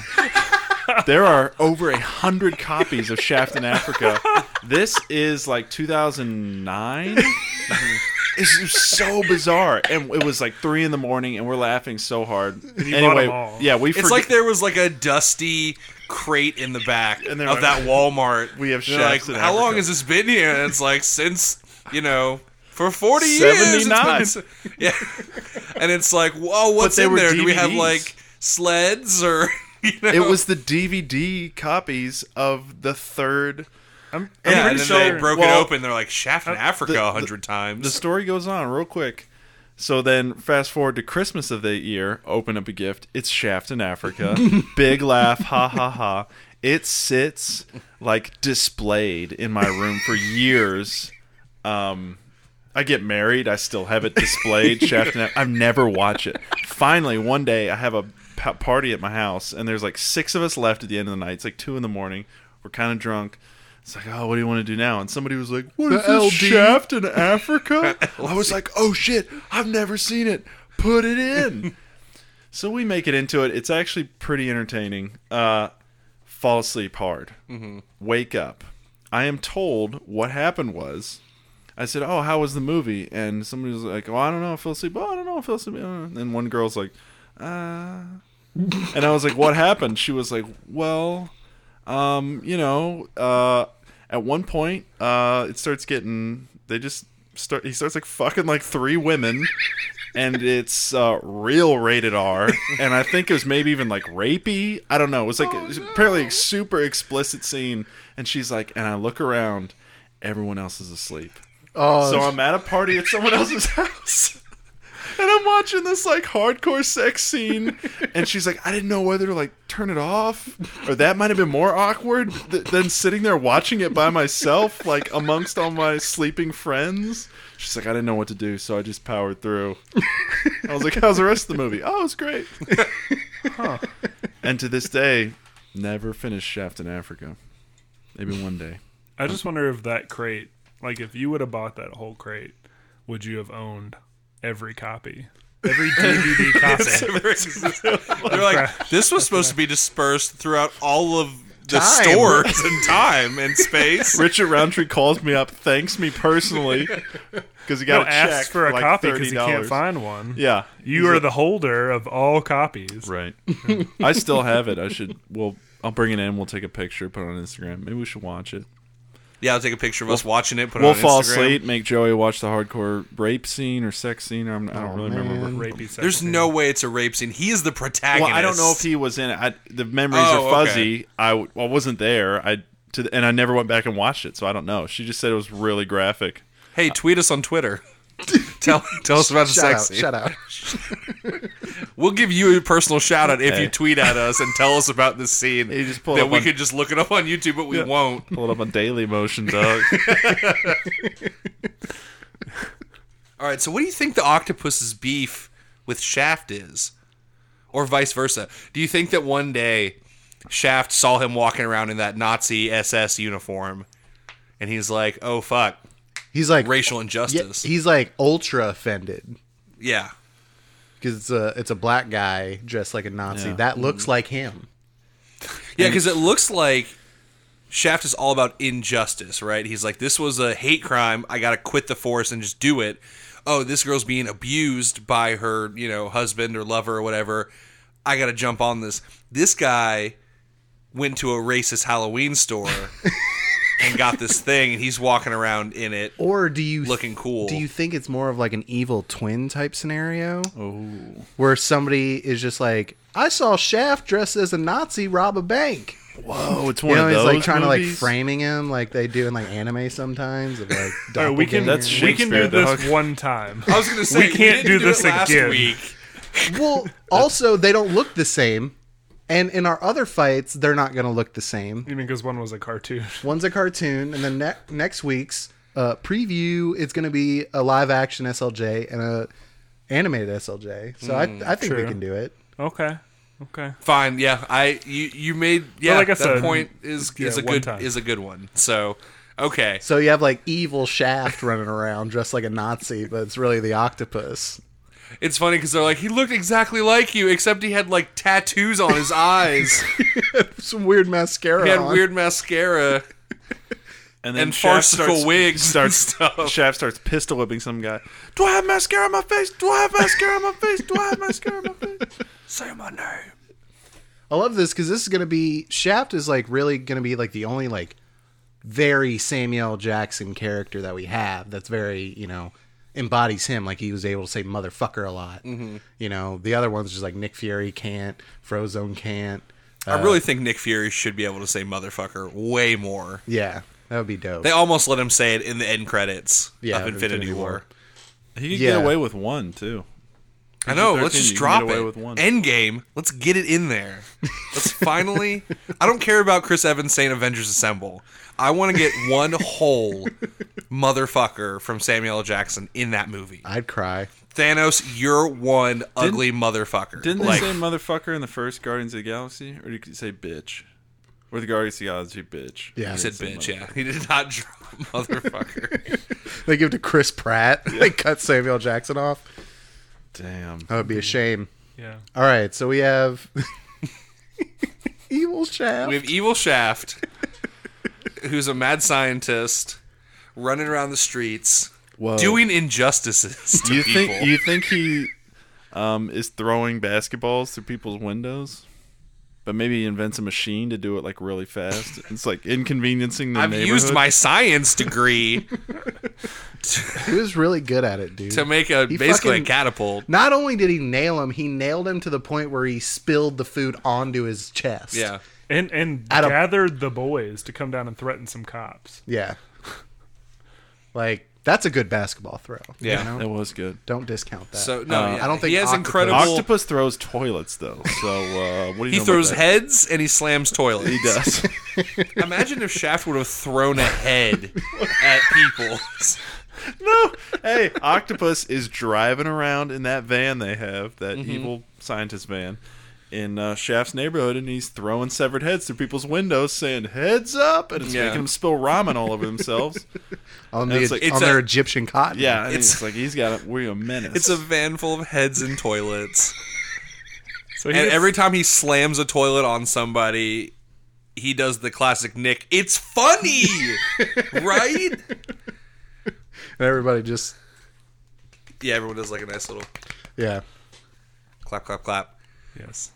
Speaker 3: there are over a hundred copies of Shaft in Africa. This is like 2009. It's just so bizarre, and it was like three in the morning, and we're laughing so hard.
Speaker 4: you bought
Speaker 3: anyway,
Speaker 4: them all.
Speaker 3: yeah, we
Speaker 1: It's
Speaker 3: forg-
Speaker 1: like there was like a dusty crate in the back of
Speaker 3: they're like,
Speaker 1: that Walmart.
Speaker 3: "We have
Speaker 1: They're
Speaker 3: shafts
Speaker 1: Like,
Speaker 3: in
Speaker 1: how long
Speaker 3: Africa."
Speaker 1: has this been here? And it's like since you know for forty years. it's
Speaker 3: 79.
Speaker 1: been- yeah, and it's like, whoa, what's
Speaker 3: they
Speaker 1: in
Speaker 3: were
Speaker 1: there? Do we have
Speaker 3: DVDs.
Speaker 1: like sleds or? You know?
Speaker 3: it was the DVD copies of the third.
Speaker 4: I'm, I'm
Speaker 1: Yeah, and
Speaker 4: pretty
Speaker 1: then
Speaker 4: sure.
Speaker 1: they broke
Speaker 3: well, uh,
Speaker 1: it open. They're like Shaft in Africa a hundred times.
Speaker 3: The story goes on real quick. So then, fast forward to Christmas of that year. Open up a gift. It's Shaft in Africa. Big laugh. Ha ha ha. It sits like displayed in my room for years. Um, I get married. I still have it displayed. Shaft and I've never watched it. Finally, one day I have a pa- party at my house, and there's like six of us left at the end of the night. It's like two in the morning. We're kind of drunk. It's like, oh, what do you want to do now? And somebody was like, "What is
Speaker 2: The
Speaker 3: this
Speaker 2: LD?
Speaker 3: Shaft in Africa?" I was like, "Oh shit, I've never seen it. Put it in." so we make it into it. It's actually pretty entertaining. Uh, fall asleep hard. Mm-hmm. Wake up. I am told what happened was I said, "Oh, how was the movie?" And somebody was like, "Oh, I don't know, I fell asleep." Oh, I don't know, I fell asleep. Uh, And then one girl's like, "Uh," and I was like, "What happened?" She was like, "Well, um, you know, uh, at one point, uh, it starts getting they just start. He starts like fucking like three women." And it's uh, real rated R, and I think it was maybe even like rapey. I don't know. It was like it was apparently a super explicit scene. And she's like, and I look around, everyone else is asleep.
Speaker 2: Oh,
Speaker 3: So I'm at a party at someone else's house. And I'm watching this like hardcore sex scene, and she's like, "I didn't know whether to like turn it off, or that might have been more awkward th- than sitting there watching it by myself, like amongst all my sleeping friends." She's like, "I didn't know what to do, so I just powered through." I was like, "How's the rest of the movie?" "Oh, it's great." Huh. And to this day, never finished Shaft in Africa. Maybe one day.
Speaker 4: I just wonder if that crate, like if you would have bought that whole crate, would you have owned every copy, every DVD copy?
Speaker 1: They're like, this was supposed to be dispersed throughout all of the
Speaker 2: Time.
Speaker 1: stores and time and space.
Speaker 3: Richard Roundtree calls me up, thanks me personally because he
Speaker 4: No,
Speaker 3: got a check
Speaker 4: ask for a
Speaker 3: like
Speaker 4: copy
Speaker 3: thirty
Speaker 4: because you can't
Speaker 3: dollars.
Speaker 4: find one.
Speaker 3: yeah,
Speaker 4: You are the holder of all copies.
Speaker 3: right. I still have it. I should. Well, I'll bring it in. We'll take a picture, put it on Instagram. Maybe we should watch it.
Speaker 1: Yeah, I'll take a picture of us watching it. Put
Speaker 3: we'll
Speaker 1: it on
Speaker 3: fall
Speaker 1: Instagram.
Speaker 3: asleep. Make Joey watch the hardcore rape scene or sex scene. Or I'm, I don't really remember.
Speaker 4: Rapey sex
Speaker 1: There's
Speaker 4: scene.
Speaker 1: no way it's a rape scene. He is the
Speaker 3: Well,
Speaker 1: protagonist.
Speaker 3: I don't know if he was in it. I, the memories
Speaker 1: Oh,
Speaker 3: are fuzzy. I, w- I wasn't there. I to the, and I never went back and watched it, so I don't know. She just said it was really graphic.
Speaker 1: Hey, tweet us on Twitter. tell tell us about the
Speaker 2: shout
Speaker 1: sex
Speaker 2: out,
Speaker 1: scene.
Speaker 2: shout out.
Speaker 1: We'll give you a personal shout out if
Speaker 3: Okay.
Speaker 1: you tweet at us and tell us about this scene.
Speaker 3: You just pull
Speaker 1: that
Speaker 3: up
Speaker 1: we
Speaker 3: on-
Speaker 1: could just look it up on YouTube, but we won't.
Speaker 3: Pull it up on Daily Motion, dog.
Speaker 1: All right, so what do you think the octopus's beef with Shaft is? Or vice versa? Do you think that one day Shaft saw him walking around in that Nazi SS uniform and he's like, "Oh fuck,
Speaker 2: He's like
Speaker 1: racial
Speaker 2: yeah,
Speaker 1: injustice." Yeah.
Speaker 2: he's like ultra offended because it's a it's a black guy dressed like a Nazi
Speaker 3: Yeah.
Speaker 2: that looks like him.
Speaker 1: Yeah, cuz it looks like Shaft is all about injustice, right? He's like, "This was a hate crime. I got to quit the force and just do it." Oh, this girl's being abused by her, you know, husband or lover or whatever. I got to jump on this. This guy went to a racist Halloween store and got this thing, and he's walking around in it.
Speaker 2: Or do you
Speaker 1: Looking cool.
Speaker 2: Do you think it's more of like an evil twin type scenario? Oh, where somebody is just like, I saw Shaft dressed as a Nazi rob a bank.
Speaker 3: Whoa, Oh, it's
Speaker 2: You
Speaker 3: one
Speaker 2: know,
Speaker 3: of
Speaker 2: he's
Speaker 3: those.
Speaker 2: like trying to like
Speaker 3: movies?
Speaker 2: framing him, like they do in like anime sometimes. Of like,
Speaker 4: All right, we can
Speaker 3: That's
Speaker 4: we can do
Speaker 3: Shakespeare,
Speaker 4: this
Speaker 3: dog.
Speaker 4: one time.
Speaker 1: I was gonna say
Speaker 4: we can't
Speaker 1: didn't
Speaker 4: do this
Speaker 1: it last
Speaker 4: again.
Speaker 1: Week.
Speaker 2: Well, also they don't look the same, and in our other fights, they're not going to look the same.
Speaker 4: You mean because one was a cartoon?
Speaker 2: One's a cartoon, and then ne- next week's uh, preview is going to be a live action SLJ and a animated SLJ. So I, I think we
Speaker 4: true.
Speaker 2: can do it.
Speaker 4: Okay. Okay.
Speaker 1: Fine, yeah. I you you made yeah.
Speaker 4: like I
Speaker 1: that
Speaker 4: said,
Speaker 1: point is
Speaker 4: yeah,
Speaker 1: is a
Speaker 4: one
Speaker 1: good
Speaker 4: time.
Speaker 1: is a good one. So okay,
Speaker 2: So you have like evil Shaft running around dressed like a Nazi, but it's really the octopus.
Speaker 1: it's funny because they're like he looked exactly like you, except he had like tattoos on his eyes.
Speaker 2: Some weird mascara.
Speaker 1: he had
Speaker 2: on.
Speaker 1: weird mascara
Speaker 3: then
Speaker 1: and
Speaker 3: Shaft
Speaker 1: farcical
Speaker 3: starts-
Speaker 1: wigs and
Speaker 3: Starts
Speaker 1: stuff.
Speaker 3: Shaft starts pistol whipping some guy. Do I have mascara on my face? Do I have mascara on my face? Do I have mascara on my face?
Speaker 1: Say my name.
Speaker 2: I love this because this is gonna be Shaft is like really gonna be like the only like very Samuel L. Jackson character that we have that's very you know embodies him like he was able to say motherfucker a lot. You know the other ones just like Nick Fury can't, Frozone can't.
Speaker 1: I really think Nick Fury should be able to say motherfucker way more.
Speaker 2: Yeah, that would be dope.
Speaker 1: They almost let him say it in the end credits
Speaker 2: Yeah,
Speaker 1: of Infinity,
Speaker 2: Infinity
Speaker 1: War.
Speaker 2: War.
Speaker 3: He could
Speaker 2: Yeah.
Speaker 3: get away with one too.
Speaker 1: I know.
Speaker 3: 13,
Speaker 1: Let's
Speaker 3: you
Speaker 1: just
Speaker 3: can
Speaker 1: drop
Speaker 3: get away
Speaker 1: it.
Speaker 3: with one.
Speaker 1: Endgame. Let's get it in there. Let's finally. I don't care about Chris Evans saying Avengers Assemble. I want to get one whole motherfucker from Samuel L. Jackson in that movie.
Speaker 2: I'd cry.
Speaker 1: Thanos, you're one ugly motherfucker.
Speaker 3: Didn't they
Speaker 1: Like,
Speaker 3: say motherfucker in the first Guardians of the Galaxy, or did you say bitch? Or the Guardians of the Galaxy bitch?
Speaker 2: Yeah.
Speaker 1: He said bitch. Yeah, he did not drop motherfucker.
Speaker 2: They give it to Chris Pratt. they cut Samuel L. Jackson off.
Speaker 3: Damn.
Speaker 2: That would be a shame.
Speaker 4: Yeah.
Speaker 2: All right, so we have evil Shaft.
Speaker 1: We have Evil Shaft, who's a mad scientist, running around the streets,
Speaker 3: Whoa.
Speaker 1: doing injustices to
Speaker 3: you
Speaker 1: people.
Speaker 3: think you think he um, is throwing basketballs through people's windows? But maybe he invents a machine to do it like really fast. It's like inconveniencing the
Speaker 1: I've
Speaker 3: neighborhood.
Speaker 1: used my science degree
Speaker 2: he was really good at it, dude.
Speaker 1: to make a
Speaker 2: He
Speaker 1: basically
Speaker 2: fucking-
Speaker 1: a catapult.
Speaker 2: Not only did he nail him, he nailed him to the point where he spilled the food onto his chest.
Speaker 1: Yeah.
Speaker 4: And and
Speaker 2: Out of-
Speaker 4: gathered the boys to come down and threaten some cops.
Speaker 2: Yeah. Like, that's a good basketball throw. you
Speaker 1: Yeah.
Speaker 2: know?
Speaker 3: That was good.
Speaker 2: Don't discount that. Uh,
Speaker 1: So no, yeah.
Speaker 2: I don't think
Speaker 1: he has
Speaker 2: octopus-
Speaker 1: incredible.
Speaker 3: Octopus throws toilets though. So uh, what do you?
Speaker 1: he
Speaker 3: know about
Speaker 1: throws
Speaker 3: that?
Speaker 1: heads and he slams toilets.
Speaker 3: He does.
Speaker 1: Imagine if Shaft would have thrown a head at people.
Speaker 3: no. Hey, Octopus is driving around in that van they have, that
Speaker 1: Mm-hmm.
Speaker 3: evil scientist van, in uh, Shaft's neighborhood, and he's throwing severed heads through people's windows, saying "heads up," and it's
Speaker 1: Yeah.
Speaker 3: making them spill ramen all over themselves.
Speaker 2: on,
Speaker 3: It's
Speaker 2: the,
Speaker 3: like-
Speaker 2: on
Speaker 1: it's
Speaker 2: their
Speaker 1: a-
Speaker 2: Egyptian cotton.
Speaker 3: yeah, and
Speaker 1: It's-
Speaker 3: it's like he's got a, we're a menace.
Speaker 1: It's a van full of heads and toilets.
Speaker 4: So he
Speaker 1: And
Speaker 4: gets-
Speaker 1: every time he slams a toilet on somebody, he does the classic Nick. It's funny, right?
Speaker 2: And everybody just,
Speaker 1: Yeah, everyone does like a nice little
Speaker 2: yeah.
Speaker 1: clap, clap, clap.
Speaker 4: yes.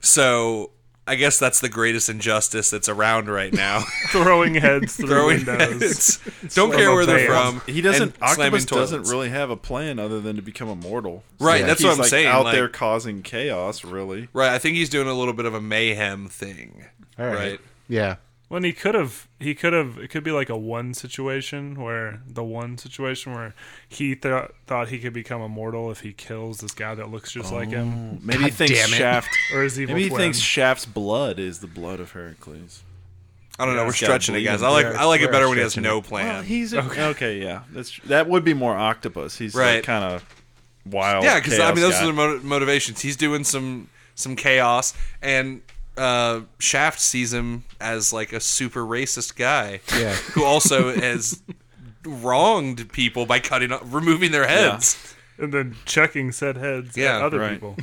Speaker 1: So I guess that's the greatest injustice that's around right now.
Speaker 4: Throwing heads through
Speaker 1: Throwing
Speaker 4: windows.
Speaker 1: heads. Don't care where they're
Speaker 4: van.
Speaker 1: from.
Speaker 3: he doesn't.
Speaker 1: and slamming
Speaker 3: Octopus doesn't
Speaker 1: toilets.
Speaker 3: really have a plan other than to become immortal.
Speaker 1: Right,
Speaker 3: So
Speaker 1: that's
Speaker 3: he's,
Speaker 1: what I'm
Speaker 3: like,
Speaker 1: saying,
Speaker 3: Out
Speaker 1: like-
Speaker 3: there causing chaos, really.
Speaker 1: Right, I think he's doing a little bit of a mayhem thing.
Speaker 2: All right.
Speaker 1: Right.
Speaker 2: Yeah.
Speaker 4: When he could have, he could have. It could be like a one situation where the one situation where he th- thought he could become immortal if he kills this guy that looks just like him,
Speaker 3: Maybe he thinks
Speaker 2: damn it.
Speaker 3: Shaft.
Speaker 4: or his evil
Speaker 3: Maybe he
Speaker 4: twin.
Speaker 3: thinks Shaft's blood is the blood of Heracles.
Speaker 1: I don't know. We're
Speaker 3: it's gotta
Speaker 1: stretching it,
Speaker 3: bleed
Speaker 1: guys.
Speaker 3: him.
Speaker 1: I like
Speaker 2: Yeah,
Speaker 1: I like it
Speaker 2: we're
Speaker 1: better when he has
Speaker 2: stretching
Speaker 1: no
Speaker 3: Well,
Speaker 1: plan.
Speaker 3: he's a, okay. Yeah, that's tr- that would be more octopus. He's
Speaker 1: Right.
Speaker 3: kind of wild.
Speaker 1: yeah, because I
Speaker 3: chaos
Speaker 1: mean those
Speaker 3: guy.
Speaker 1: are the moti- motivations. He's doing some some chaos, and uh, Shaft sees him as like a super racist guy,
Speaker 2: Yeah.
Speaker 1: who also has wronged people by cutting up, removing their heads.
Speaker 4: and then checking said heads
Speaker 1: Yeah,
Speaker 4: at other
Speaker 3: right.
Speaker 4: people.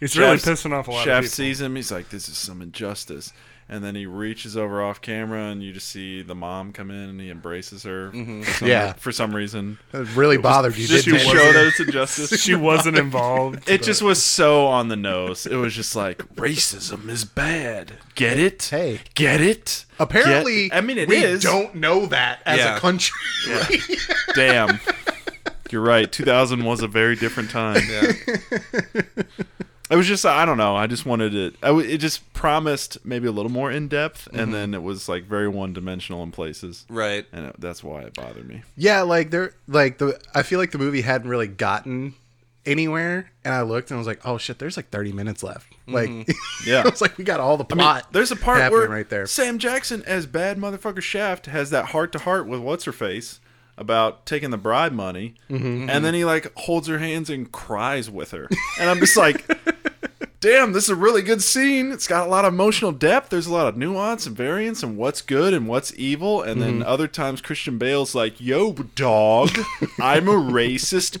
Speaker 4: He's really
Speaker 3: Shaft's-
Speaker 4: pissing off a lot
Speaker 3: Shaft
Speaker 4: of people.
Speaker 3: sees him. He's like, "This is some injustice." And then he reaches over off camera, and you just see the mom come in, and he embraces her. For some,
Speaker 2: Yeah.
Speaker 3: for some reason,
Speaker 2: It really bothered you,
Speaker 3: just
Speaker 2: didn't
Speaker 3: to
Speaker 2: it?
Speaker 3: show that it's injustice.
Speaker 4: She wasn't involved.
Speaker 3: it
Speaker 4: but-
Speaker 3: just was so on the nose. It was just like racism is bad. Get it?
Speaker 2: Hey.
Speaker 3: get it?
Speaker 2: Apparently,
Speaker 3: Get- I mean, it
Speaker 2: we
Speaker 3: is.
Speaker 2: don't know that as
Speaker 1: Yeah.
Speaker 2: a country.
Speaker 3: Damn. You're right. 2000 was a very different time.
Speaker 1: Yeah.
Speaker 3: It was just I don't know. I just wanted it. I w- it just promised maybe a little more in depth,
Speaker 2: Mm-hmm.
Speaker 3: and then it was like very one dimensional in places.
Speaker 1: Right.
Speaker 3: And it, that's why it bothered me.
Speaker 2: Yeah, like they're like the I feel like the movie hadn't really gotten anywhere and I looked and I was like, "Oh shit, there's like 30 minutes left." Like
Speaker 3: Yeah.
Speaker 2: I was like, "We got all the
Speaker 3: Mm-hmm. I mean,
Speaker 2: plot."
Speaker 3: there's a part
Speaker 2: happening
Speaker 3: where
Speaker 2: right there.
Speaker 3: Sam Jackson as bad motherfucker Shaft has that heart to heart with what's her face about taking the bribe
Speaker 2: Mm-hmm,
Speaker 3: money, and then he like holds her hands and cries with her, and I'm just like, damn, this is a really good scene. It's got a lot of emotional depth. There's a lot of nuance and variance and what's good and what's evil. And then
Speaker 2: Mm-hmm.
Speaker 3: other times Christian Bale's like, yo, dog, I'm a racist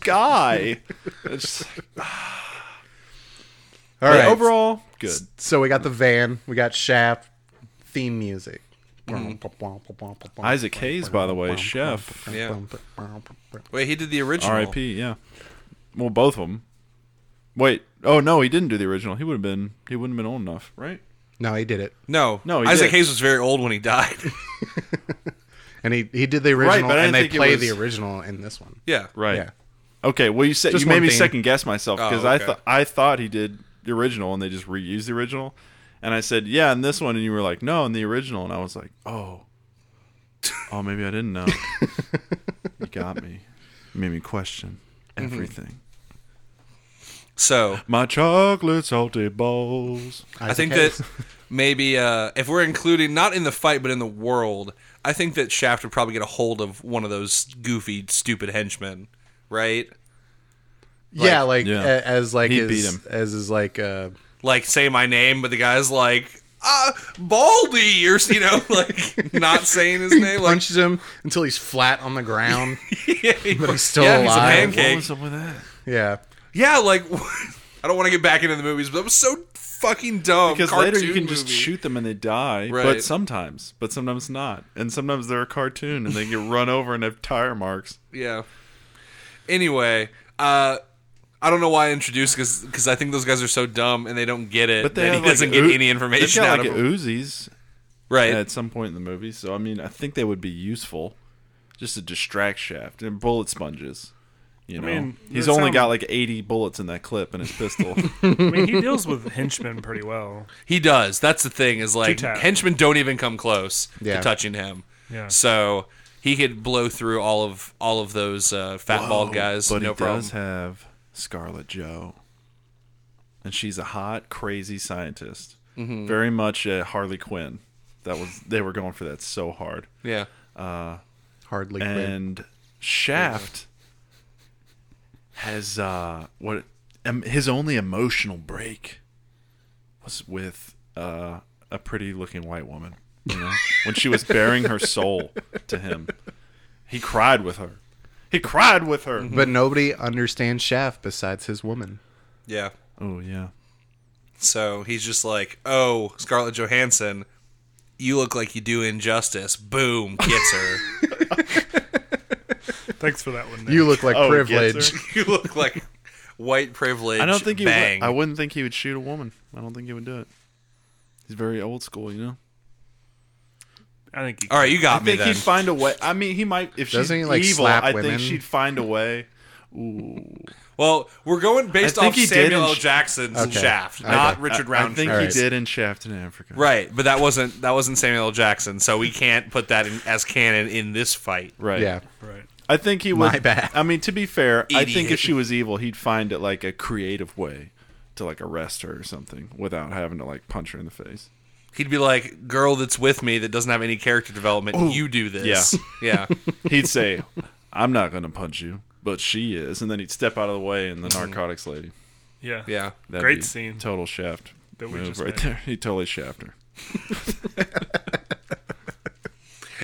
Speaker 3: guy. It's just like,
Speaker 2: All right.
Speaker 3: Overall, good.
Speaker 2: so we got the van, we got Shaft, theme music.
Speaker 3: Mm-hmm. Isaac Hayes, by the way, chef.
Speaker 1: Yeah. Wait, he did the original.
Speaker 3: R.I.P. Yeah. Well, both of them. Wait. Oh no, he didn't do the original. He would have been. He wouldn't have been old enough, right?
Speaker 2: No, he did it,
Speaker 1: No,
Speaker 3: No, he
Speaker 1: Isaac
Speaker 3: did.
Speaker 1: Hayes was very old when he died.
Speaker 2: and he he did the original,
Speaker 3: but I didn't
Speaker 2: and they
Speaker 3: think it
Speaker 2: play
Speaker 3: was-
Speaker 2: the original in this one.
Speaker 1: yeah,
Speaker 3: Right.
Speaker 2: Yeah.
Speaker 3: Okay. Well, you said
Speaker 2: Just
Speaker 3: you made
Speaker 2: one
Speaker 3: me
Speaker 2: thing.
Speaker 3: second guess myself
Speaker 1: Oh,
Speaker 3: because I
Speaker 1: okay.
Speaker 3: thought I thought he did the original and they just reused the original, and I said yeah in this one, and you were like no in the original, and I was like oh, oh maybe I didn't know. you got me. You made me question everything.
Speaker 1: So
Speaker 3: My chocolate salted balls.
Speaker 1: I think that maybe uh, if we're including not in the fight but in the world, I think that Shaft would probably get a hold of one of those goofy, stupid henchmen, right?
Speaker 2: yeah, like
Speaker 3: Yeah.
Speaker 2: a- as like
Speaker 3: He
Speaker 2: his,
Speaker 3: beat him.
Speaker 2: as his like uh,
Speaker 1: Like say my name, but the guy's like, uh, Baldy, or you know, like not saying his name, like
Speaker 2: punches him until he's flat on the ground, but he's still
Speaker 1: yeah, he's a
Speaker 2: alive.
Speaker 1: pancake.
Speaker 3: What was up with that?
Speaker 2: yeah,
Speaker 1: yeah, like I don't want to get back into the movies, but that was so fucking dumb.
Speaker 3: Because later you
Speaker 1: Cartoon
Speaker 3: can just
Speaker 1: movie.
Speaker 3: shoot them and they die,
Speaker 1: Right.
Speaker 3: but sometimes, but sometimes not, and sometimes they're a cartoon and they get run over and have tire marks.
Speaker 1: Yeah. Anyway, uh, I don't know why I introduced because I think those guys are so dumb and they don't get it.
Speaker 3: But they
Speaker 1: and he
Speaker 3: have, like,
Speaker 1: doesn't
Speaker 3: oo-
Speaker 1: get any information
Speaker 3: they've got,
Speaker 1: out
Speaker 3: like
Speaker 1: of them.
Speaker 3: Uzis
Speaker 1: Right.
Speaker 3: at some point in the movie. So I mean, I think they would be useful, just to distract Shaft and bullet sponges. You know,
Speaker 4: mean,
Speaker 3: he's
Speaker 4: that
Speaker 3: only
Speaker 4: sound-
Speaker 3: got like eighty bullets in that clip in his pistol.
Speaker 4: I mean, he deals with henchmen pretty well.
Speaker 1: he does. That's the thing is like
Speaker 4: Two-tap.
Speaker 1: henchmen don't even come close
Speaker 2: Yeah.
Speaker 1: to touching him.
Speaker 4: Yeah.
Speaker 1: So he could blow through all of all of those uh, fat bald guys.
Speaker 3: but
Speaker 1: no
Speaker 3: he
Speaker 1: problem.
Speaker 3: does have Scarlet Joe, and she's a hot, crazy scientist,
Speaker 1: Mm-hmm.
Speaker 3: very much a Harley Quinn. That was they were going for that so hard,
Speaker 1: yeah.
Speaker 2: hardly. And
Speaker 3: and Shaft has uh what um, his only emotional break was with uh a pretty looking white woman, you know, when she was bearing her soul to him. He cried with her. He cried with her.
Speaker 1: Mm-hmm.
Speaker 2: but nobody understands Shaft besides his woman.
Speaker 1: Yeah.
Speaker 3: Oh yeah.
Speaker 1: So he's just like, oh, Scarlett Johansson, you look like you do injustice. Boom, gets her.
Speaker 4: Thanks for that one. Nick.
Speaker 2: You look like
Speaker 3: Oh, it gets
Speaker 2: privilege.
Speaker 3: her.
Speaker 1: you look like white privilege.
Speaker 3: I don't think he
Speaker 1: bang.
Speaker 3: would. I wouldn't think he would shoot a woman. I don't think he would do it. He's very old school, you know.
Speaker 4: I think. He,
Speaker 1: All right, you got
Speaker 3: I
Speaker 1: me
Speaker 3: think
Speaker 1: then.
Speaker 3: he'd find a way. I mean, he might if she's
Speaker 2: Doesn't he, like,
Speaker 3: evil.
Speaker 2: slap
Speaker 3: I
Speaker 2: women?
Speaker 3: think she'd find a way.
Speaker 1: well, we're going based
Speaker 3: I think
Speaker 1: off
Speaker 3: he did
Speaker 1: Samuel
Speaker 3: in
Speaker 1: L.
Speaker 3: Sh-
Speaker 1: Jackson's
Speaker 2: Okay.
Speaker 1: Shaft,
Speaker 2: Okay.
Speaker 1: not Richard
Speaker 3: I, I
Speaker 1: Roundtree.
Speaker 3: think
Speaker 2: Alright.
Speaker 3: he did in Shaft in Africa.
Speaker 1: right, but that wasn't that wasn't Samuel L. Jackson, so we can't put that in, as canon in this fight.
Speaker 3: Right.
Speaker 2: Yeah,
Speaker 4: right.
Speaker 3: I think he would.
Speaker 2: My bad.
Speaker 3: I mean, to be fair, I think
Speaker 1: Idiot.
Speaker 3: if she was evil, he'd find it like a creative way to like arrest her or something without having to like punch her in the face.
Speaker 1: He'd be like, "Girl that's with me that doesn't have any character development, you do this." Yeah, yeah.
Speaker 3: He'd say, "I'm not going to punch you, but she is," and then he'd step out of the way and the
Speaker 2: Mm-hmm.
Speaker 3: narcotics lady.
Speaker 4: Yeah.
Speaker 1: yeah.
Speaker 3: That'd
Speaker 4: Great
Speaker 3: be
Speaker 4: scene.
Speaker 3: Total shaft.
Speaker 4: That we
Speaker 3: move
Speaker 4: just
Speaker 3: right
Speaker 4: made.
Speaker 3: there. He totally shaft her.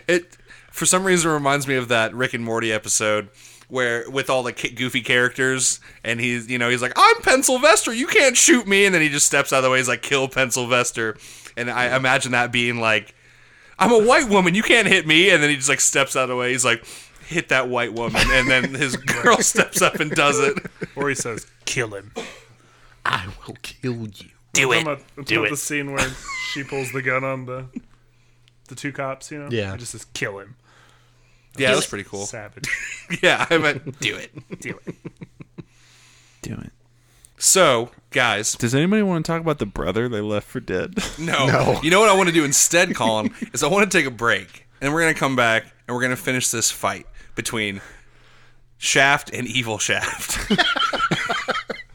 Speaker 1: It for some reason reminds me of that Rick and Morty episode where with all the ki- goofy characters and he's you know he's like I'm Penn Sylvester you can't shoot me and then he just steps out of the way he's like kill Penn Sylvester and I imagine that being like I'm a white woman you can't hit me and then he just like steps out of the way he's like hit that white woman and then his girl steps up and does it
Speaker 4: Or he says, "Kill him."
Speaker 2: I will kill you.
Speaker 1: do
Speaker 4: I'm not, it's not the scene where she pulls the gun on the the two cops. You know.
Speaker 2: Yeah.
Speaker 4: It just says, "Kill him."
Speaker 1: yeah that was pretty cool
Speaker 4: Savage.
Speaker 1: yeah I meant do it
Speaker 4: Do it.
Speaker 3: Do it.
Speaker 1: so guys
Speaker 3: Does anybody want to talk about the brother they left for dead?
Speaker 1: No. You know what I want to do instead, Colin, is I want to take a break and we're going to come back and we're going to finish this fight between Shaft and Evil Shaft.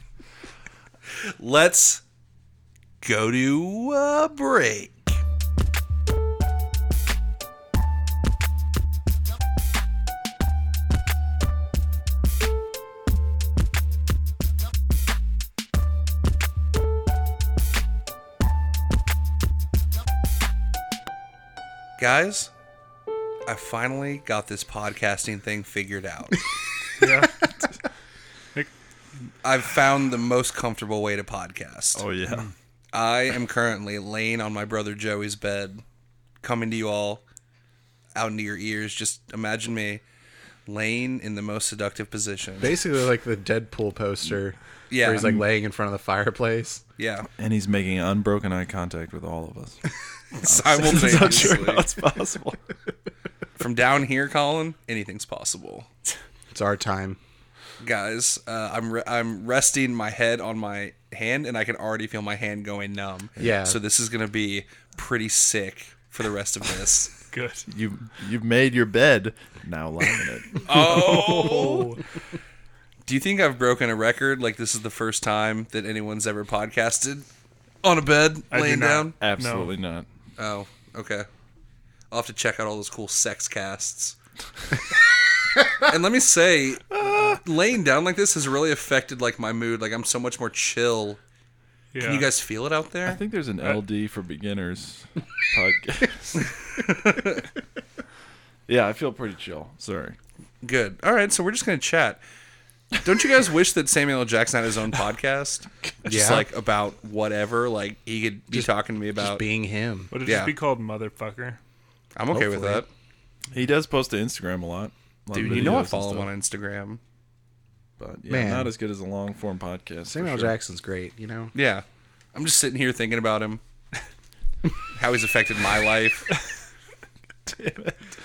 Speaker 1: Let's go to a break. guys, I finally got this podcasting thing figured out.
Speaker 4: Yeah.
Speaker 1: I've found the most comfortable way to podcast.
Speaker 3: Oh yeah.
Speaker 1: I am currently laying on my brother Joey's bed, coming to you all out into your ears. Just imagine me laying in the most seductive position.
Speaker 2: Basically, like the Deadpool poster
Speaker 1: Yeah.
Speaker 2: where he's like laying in front of the fireplace.
Speaker 1: Yeah.
Speaker 3: And he's making unbroken eye contact with all of us. I'm
Speaker 1: Simultaneously.
Speaker 3: sure that's possible.
Speaker 1: From down here, Colin, anything's possible.
Speaker 2: It's our time.
Speaker 1: Guys, uh, I'm re- I'm resting my head on my hand and I can already feel my hand going numb.
Speaker 2: Yeah.
Speaker 1: So this is going to be pretty sick for the rest of this.
Speaker 4: Good.
Speaker 3: You you've made your bed. Now lie in it.
Speaker 4: Oh,
Speaker 1: Do you think I've broken a record? Like this is the first time that anyone's ever podcasted on a bed
Speaker 4: do
Speaker 1: laying
Speaker 4: not.
Speaker 1: down?
Speaker 3: Absolutely not.
Speaker 1: Oh, okay. I'll have to check out all those cool sex casts. and let me say, laying down like this has really affected like my mood. Like I'm so much more chill.
Speaker 4: yeah.
Speaker 1: Can you guys feel it out
Speaker 3: I
Speaker 1: there?
Speaker 3: think there's an LD for beginners podcast. yeah, I feel pretty chill. Sorry.
Speaker 1: Good. All right, so we're just gonna chat. Don't you guys wish that Samuel L. Jackson had his own podcast? Just
Speaker 2: Yeah.
Speaker 1: like about whatever. Like he could be talking to me
Speaker 2: Just
Speaker 1: about.
Speaker 2: being him.
Speaker 4: Would it
Speaker 1: Yeah.
Speaker 4: just be called motherfucker?
Speaker 1: I'm okay with that.
Speaker 2: Hopefully.
Speaker 3: He does post to Instagram a lot. A lot of
Speaker 1: Dude, you know
Speaker 3: videos
Speaker 1: I
Speaker 3: and
Speaker 1: follow him
Speaker 3: stuff,
Speaker 1: on Instagram.
Speaker 3: But yeah,
Speaker 2: Man.
Speaker 3: not as good as a long form podcast. for
Speaker 2: Samuel
Speaker 3: sure.
Speaker 2: Jackson's great, you know?
Speaker 1: Yeah. I'm just sitting here thinking about him. How he's affected my life.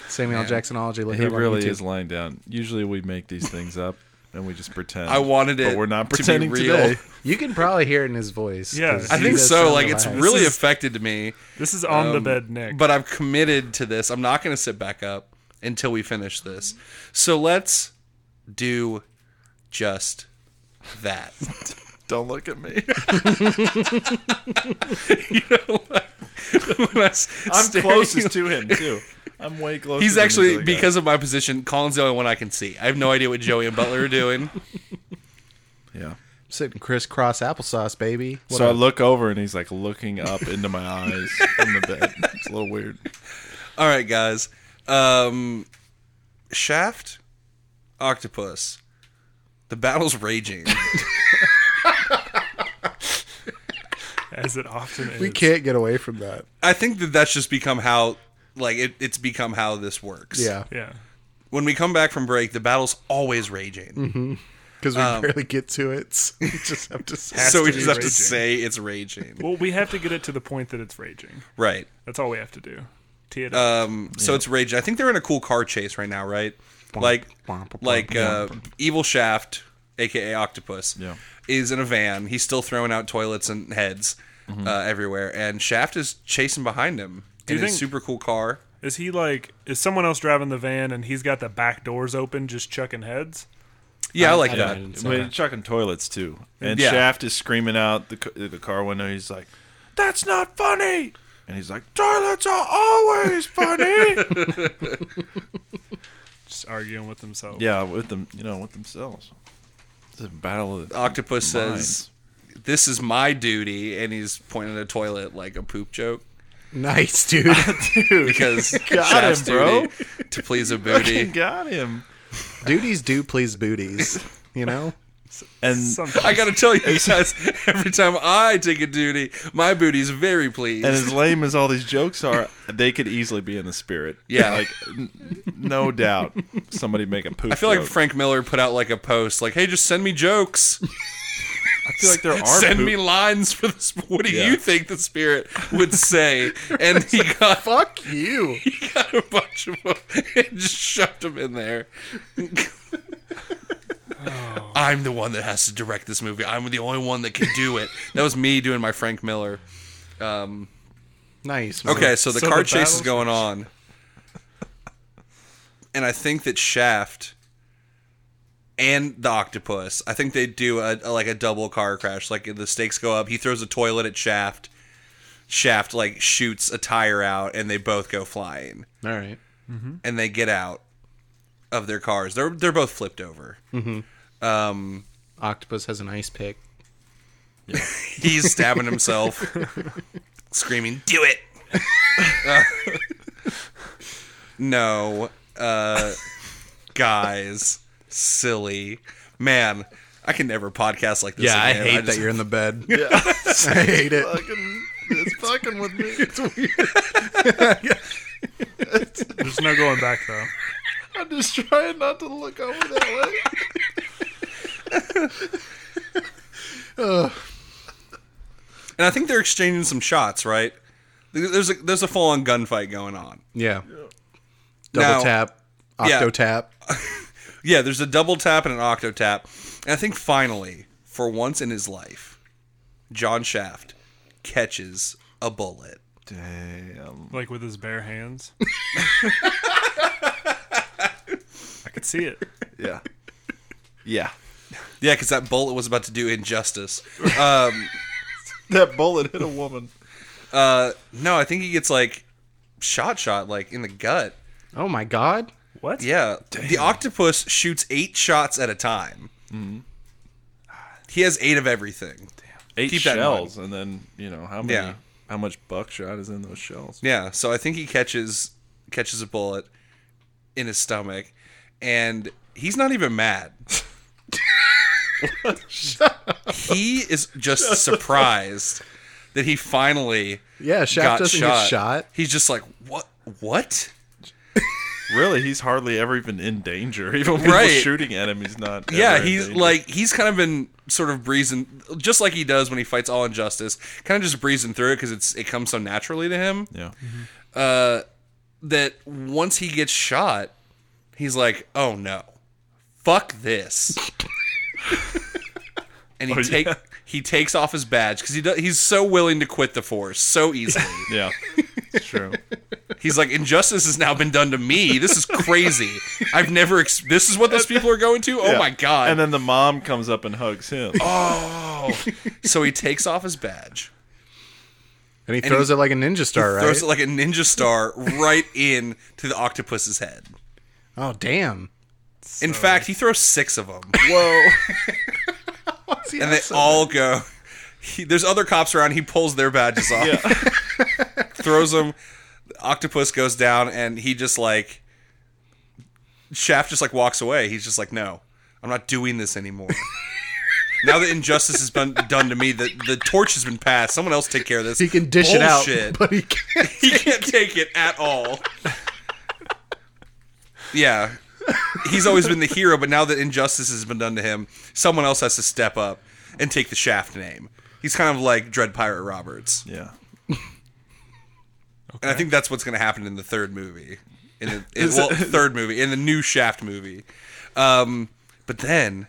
Speaker 2: Samuel Jacksonology. Look
Speaker 3: He
Speaker 2: it up on
Speaker 3: really
Speaker 2: YouTube.
Speaker 3: is lying down. Usually we make these things up and we just pretend.
Speaker 1: I wanted it
Speaker 3: But we're not
Speaker 1: to be
Speaker 3: pretending
Speaker 1: real.
Speaker 3: today.
Speaker 2: You can probably hear it in his voice.
Speaker 4: Yeah.
Speaker 2: 'cause
Speaker 1: I
Speaker 2: he
Speaker 1: think
Speaker 2: does
Speaker 1: so.
Speaker 2: sound
Speaker 1: Like it's
Speaker 2: alive.
Speaker 1: really
Speaker 4: is-
Speaker 1: affected to me.
Speaker 4: This is on the bed, Nick.
Speaker 1: Um, But I've committed to this. I'm not gonna sit back up until we finish this. So let's do just that.
Speaker 3: Don't look at me.
Speaker 1: When I s-
Speaker 3: I'm
Speaker 1: stare-
Speaker 3: closest to him too. I'm way closer.
Speaker 1: He's
Speaker 3: than this
Speaker 1: actually
Speaker 3: other guy.
Speaker 1: because of my position, Colin's the only one I can see. I have no idea what Joey and Butler are doing.
Speaker 3: yeah.
Speaker 2: sitting crisscross applesauce, baby. What
Speaker 3: so I
Speaker 2: up?
Speaker 3: look over and he's like looking up into my eyes in the bed. It's a little weird.
Speaker 1: All right, guys. Um, Shaft, Octopus. The battle's raging.
Speaker 4: as it often is.
Speaker 2: we can't get away from that.
Speaker 1: I think that that's just become how, like, it, it's become how this works.
Speaker 2: Yeah,
Speaker 4: Yeah.
Speaker 1: When we come back from break, the battle's always raging.
Speaker 4: Mm-hmm.
Speaker 2: because we barely get to it. So we Um, just have to. say-
Speaker 1: So
Speaker 4: to
Speaker 1: we
Speaker 4: be
Speaker 1: just have to
Speaker 4: raging.
Speaker 1: say it's raging.
Speaker 4: Well, we have to get it to the point that it's raging.
Speaker 1: Right.
Speaker 4: That's all we have to do. Tee it up.
Speaker 1: Um, so it's raging. I think they're in a cool car chase right now, right? Like,
Speaker 2: bump, bump,
Speaker 1: like uh, Evil Shaft, aka Octopus,
Speaker 3: Yeah.
Speaker 1: is in a van. He's still throwing out toilets and heads
Speaker 3: Mm-hmm.
Speaker 1: uh, everywhere, and Shaft is chasing behind him in
Speaker 4: you
Speaker 1: his
Speaker 4: think-
Speaker 1: super cool car.
Speaker 4: is he like? Is someone else driving the van and he's got the back doors open, just chucking heads?
Speaker 1: Yeah, I, like
Speaker 2: I
Speaker 1: that.
Speaker 2: don't-
Speaker 3: I mean, chucking toilets too, and
Speaker 1: Yeah.
Speaker 3: Shaft is screaming out the c- the car window. He's like, "That's not funny," and he's like, "Toilets are always funny."
Speaker 4: Just arguing with themselves.
Speaker 3: yeah, with them, you know, with themselves. It's a battle of
Speaker 1: Octopus says, "This is my duty," and he's pointing at a toilet like a poop joke
Speaker 2: nice, dude.
Speaker 1: because
Speaker 3: Got
Speaker 1: Shaft's
Speaker 3: him, bro.
Speaker 1: duty to please a
Speaker 3: Fucking
Speaker 1: booty.
Speaker 3: got him.
Speaker 2: Duties do please booties. You know,
Speaker 3: And
Speaker 4: Something.
Speaker 1: I gotta tell you guys, every time I take a duty, my booty's very pleased.
Speaker 3: and as lame as all these jokes are, they could easily be in the spirit.
Speaker 1: Yeah.
Speaker 3: like n- no doubt, somebody make a poop.
Speaker 1: I feel like
Speaker 3: joke.
Speaker 1: Frank Miller put out like a post, like, "Hey, just send me jokes.
Speaker 3: I feel like there are
Speaker 1: send
Speaker 3: poop-
Speaker 1: me lines for this. What do
Speaker 3: Yeah.
Speaker 1: you think the spirit would say?" And he got,
Speaker 2: fuck you.
Speaker 1: he got a bunch of them and just shoved them in there. I'm the one that has to direct this movie. I'm the only one that can do it. That was me doing my Frank Miller. Um,
Speaker 2: Nice. man.
Speaker 1: Okay, so the
Speaker 4: So
Speaker 1: car
Speaker 4: the
Speaker 1: chase is
Speaker 4: battles-
Speaker 1: going on. And I think that Shaft and the octopus, I think they do a, a- like a double car crash. Like the stakes go up. He throws a toilet at Shaft. Shaft like shoots a tire out and they both go flying
Speaker 2: All right.
Speaker 1: and they get out of their cars. They're they're both flipped over. Um
Speaker 2: Octopus has an ice pick.
Speaker 1: He's stabbing himself, screaming, "Do it!" No, uh, guys, silly man. I can never podcast like this.
Speaker 2: Yeah, I
Speaker 1: again.
Speaker 2: hate
Speaker 1: just-
Speaker 2: that you're in the bed.
Speaker 3: Yeah.
Speaker 2: I hate it.
Speaker 3: fucking, it's fucking with me.
Speaker 4: There's no going back though.
Speaker 3: I'm just trying not to look over that way.
Speaker 1: And I think they're exchanging some shots, right? There- There's a there's a full on gunfight going on.
Speaker 2: Yeah. Double
Speaker 1: Now-
Speaker 2: tap,
Speaker 1: Yeah.
Speaker 2: octo tap.
Speaker 1: Yeah, there's a double tap and an octo tap. And I think finally, for once in his life, John Shaft catches a bullet.
Speaker 3: Damn.
Speaker 4: Like with his bare hands. I could see it.
Speaker 3: Yeah. Yeah.
Speaker 1: Yeah, because that bullet was about to do injustice.
Speaker 3: That bullet hit a woman.
Speaker 1: No, I think he gets like shot, shot like in the gut.
Speaker 2: Oh my god.
Speaker 4: What?
Speaker 1: Yeah, the octopus shoots eight shots at a time.
Speaker 2: Mm-hmm.
Speaker 1: He has eight of everything.
Speaker 3: Eight
Speaker 1: Keep that in
Speaker 3: shells, and then you know how many,
Speaker 1: Yeah.
Speaker 3: how much buckshot is in those shells?
Speaker 1: Yeah, so I think he catches catches a bullet in his stomach, and he's not even mad. he is just surprised that he finally
Speaker 2: Yeah, Shaft doesn't get shot.
Speaker 1: He's just like, what? What?
Speaker 3: Really, he's hardly ever even in danger. Even when
Speaker 1: Right.
Speaker 3: people shooting at him, he's not.
Speaker 1: yeah,
Speaker 3: ever in
Speaker 1: he's
Speaker 3: danger.
Speaker 1: like he's kind of been sort of breezing, just like he does when he fights all injustice. Kind of just breezing through it because it's it comes so naturally to him.
Speaker 3: yeah,
Speaker 1: that once he gets shot, he's like, "Oh no, fuck this," and he
Speaker 3: Oh,
Speaker 1: take
Speaker 3: yeah.
Speaker 1: he takes off his badge because he do, he's so willing to quit the force so easily.
Speaker 3: yeah, it's true.
Speaker 1: he's like, "Injustice has now been done to me. This is crazy. I've never. Ex- this is what these people are going to. Oh
Speaker 3: Yeah.
Speaker 1: my god!" Oh.
Speaker 3: And then the mom comes up and hugs him.
Speaker 1: so he takes off his badge,
Speaker 2: And he throws it like a ninja star, right?
Speaker 1: throws it like a ninja star right in to the octopus's head.
Speaker 2: oh damn.
Speaker 1: In fact, he throws six of them.
Speaker 3: Whoa!
Speaker 1: and they all go. He, there's other cops around. He pulls their badges off, throws them. Octopus goes down, and he just like Shaft just like walks away. He's just like, no, I'm not doing this anymore. now that injustice has been done to me, the the torch has been passed. Someone else take care of this.
Speaker 2: he can dish it
Speaker 1: Bullshit.
Speaker 2: out, but he can't.
Speaker 1: He can't take it at all. Yeah. He's always been the hero, but now that injustice has been done to him, someone else has to step up and take the Shaft name. He's kind of like Dread Pirate Roberts.
Speaker 3: Yeah,
Speaker 1: And I think that's what's going to happen in the third movie. In the in, well, third movie, in the new Shaft movie. Um, but then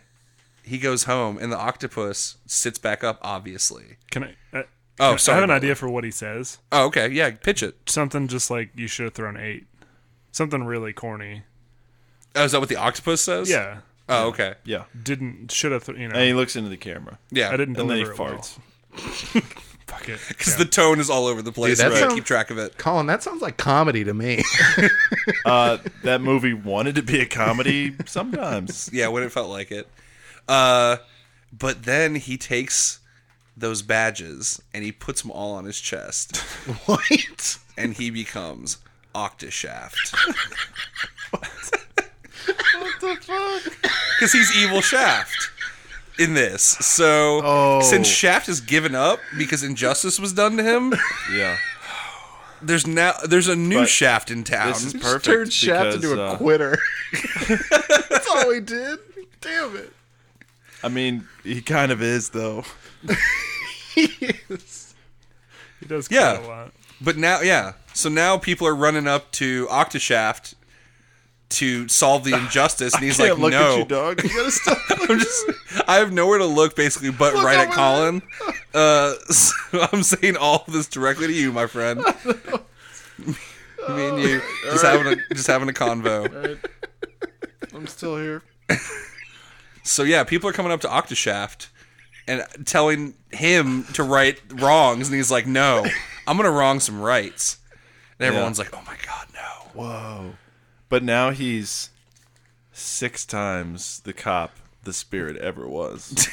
Speaker 1: he goes home and the octopus sits back up, obviously.
Speaker 4: Can I? Uh,
Speaker 1: Oh,
Speaker 4: I
Speaker 1: sorry,
Speaker 4: have an
Speaker 1: Nolan.
Speaker 4: idea for what he says.
Speaker 1: Oh, okay. Yeah, pitch it.
Speaker 4: Something just like you should have thrown eight. Something really corny.
Speaker 1: Oh, is that what the octopus says?
Speaker 4: Yeah.
Speaker 1: Oh, okay.
Speaker 3: yeah.
Speaker 4: Didn't should have. Th- you know.
Speaker 3: And he looks into the camera,
Speaker 1: Yeah.
Speaker 4: I didn't
Speaker 3: and then
Speaker 4: deliver
Speaker 3: he
Speaker 4: it well.
Speaker 3: farts.
Speaker 4: Fuck it.
Speaker 1: because the tone is all over the place.
Speaker 2: Dude, that
Speaker 1: I can't
Speaker 2: sound-
Speaker 1: keep track of it.
Speaker 2: Colin, that sounds like comedy to me.
Speaker 3: Uh, that movie wanted to be a comedy sometimes.
Speaker 1: Yeah, when it felt like it. Uh, but then he takes those badges and he puts them all on his chest,
Speaker 2: what?
Speaker 1: and he becomes Octashaft
Speaker 3: what the fuck?
Speaker 1: because he's evil Shaft in this. So
Speaker 2: Oh.
Speaker 1: since Shaft has given up because injustice was done to him,
Speaker 3: Yeah,
Speaker 1: there's now there's a new
Speaker 3: But
Speaker 1: Shaft in town.
Speaker 3: this is perfect.
Speaker 2: Turned Shaft
Speaker 3: because,
Speaker 2: into a
Speaker 3: uh,
Speaker 2: quitter. That's all he did. Damn it.
Speaker 3: I mean, he kind of is though.
Speaker 4: He does
Speaker 1: Yeah.
Speaker 4: quite a lot.
Speaker 1: But now, yeah. So now people are running up to Octashaft to solve the injustice, and he's like,
Speaker 3: Can't look
Speaker 1: "No,
Speaker 3: at you, dog. You gotta stop.
Speaker 1: I'm just I have nowhere to look basically but right at
Speaker 3: over
Speaker 1: Colin. Uh, so I'm saying all of this directly to you, my friend. Me and you just having a just having a convo.
Speaker 3: I'm still here.
Speaker 1: So yeah, people are coming up to Octashaft and telling him to right wrongs, and he's like, "No, I'm gonna wrong some rights." And everyone's like, "Oh my god, no!"
Speaker 3: Whoa. But now he's six times the cop the spirit ever was.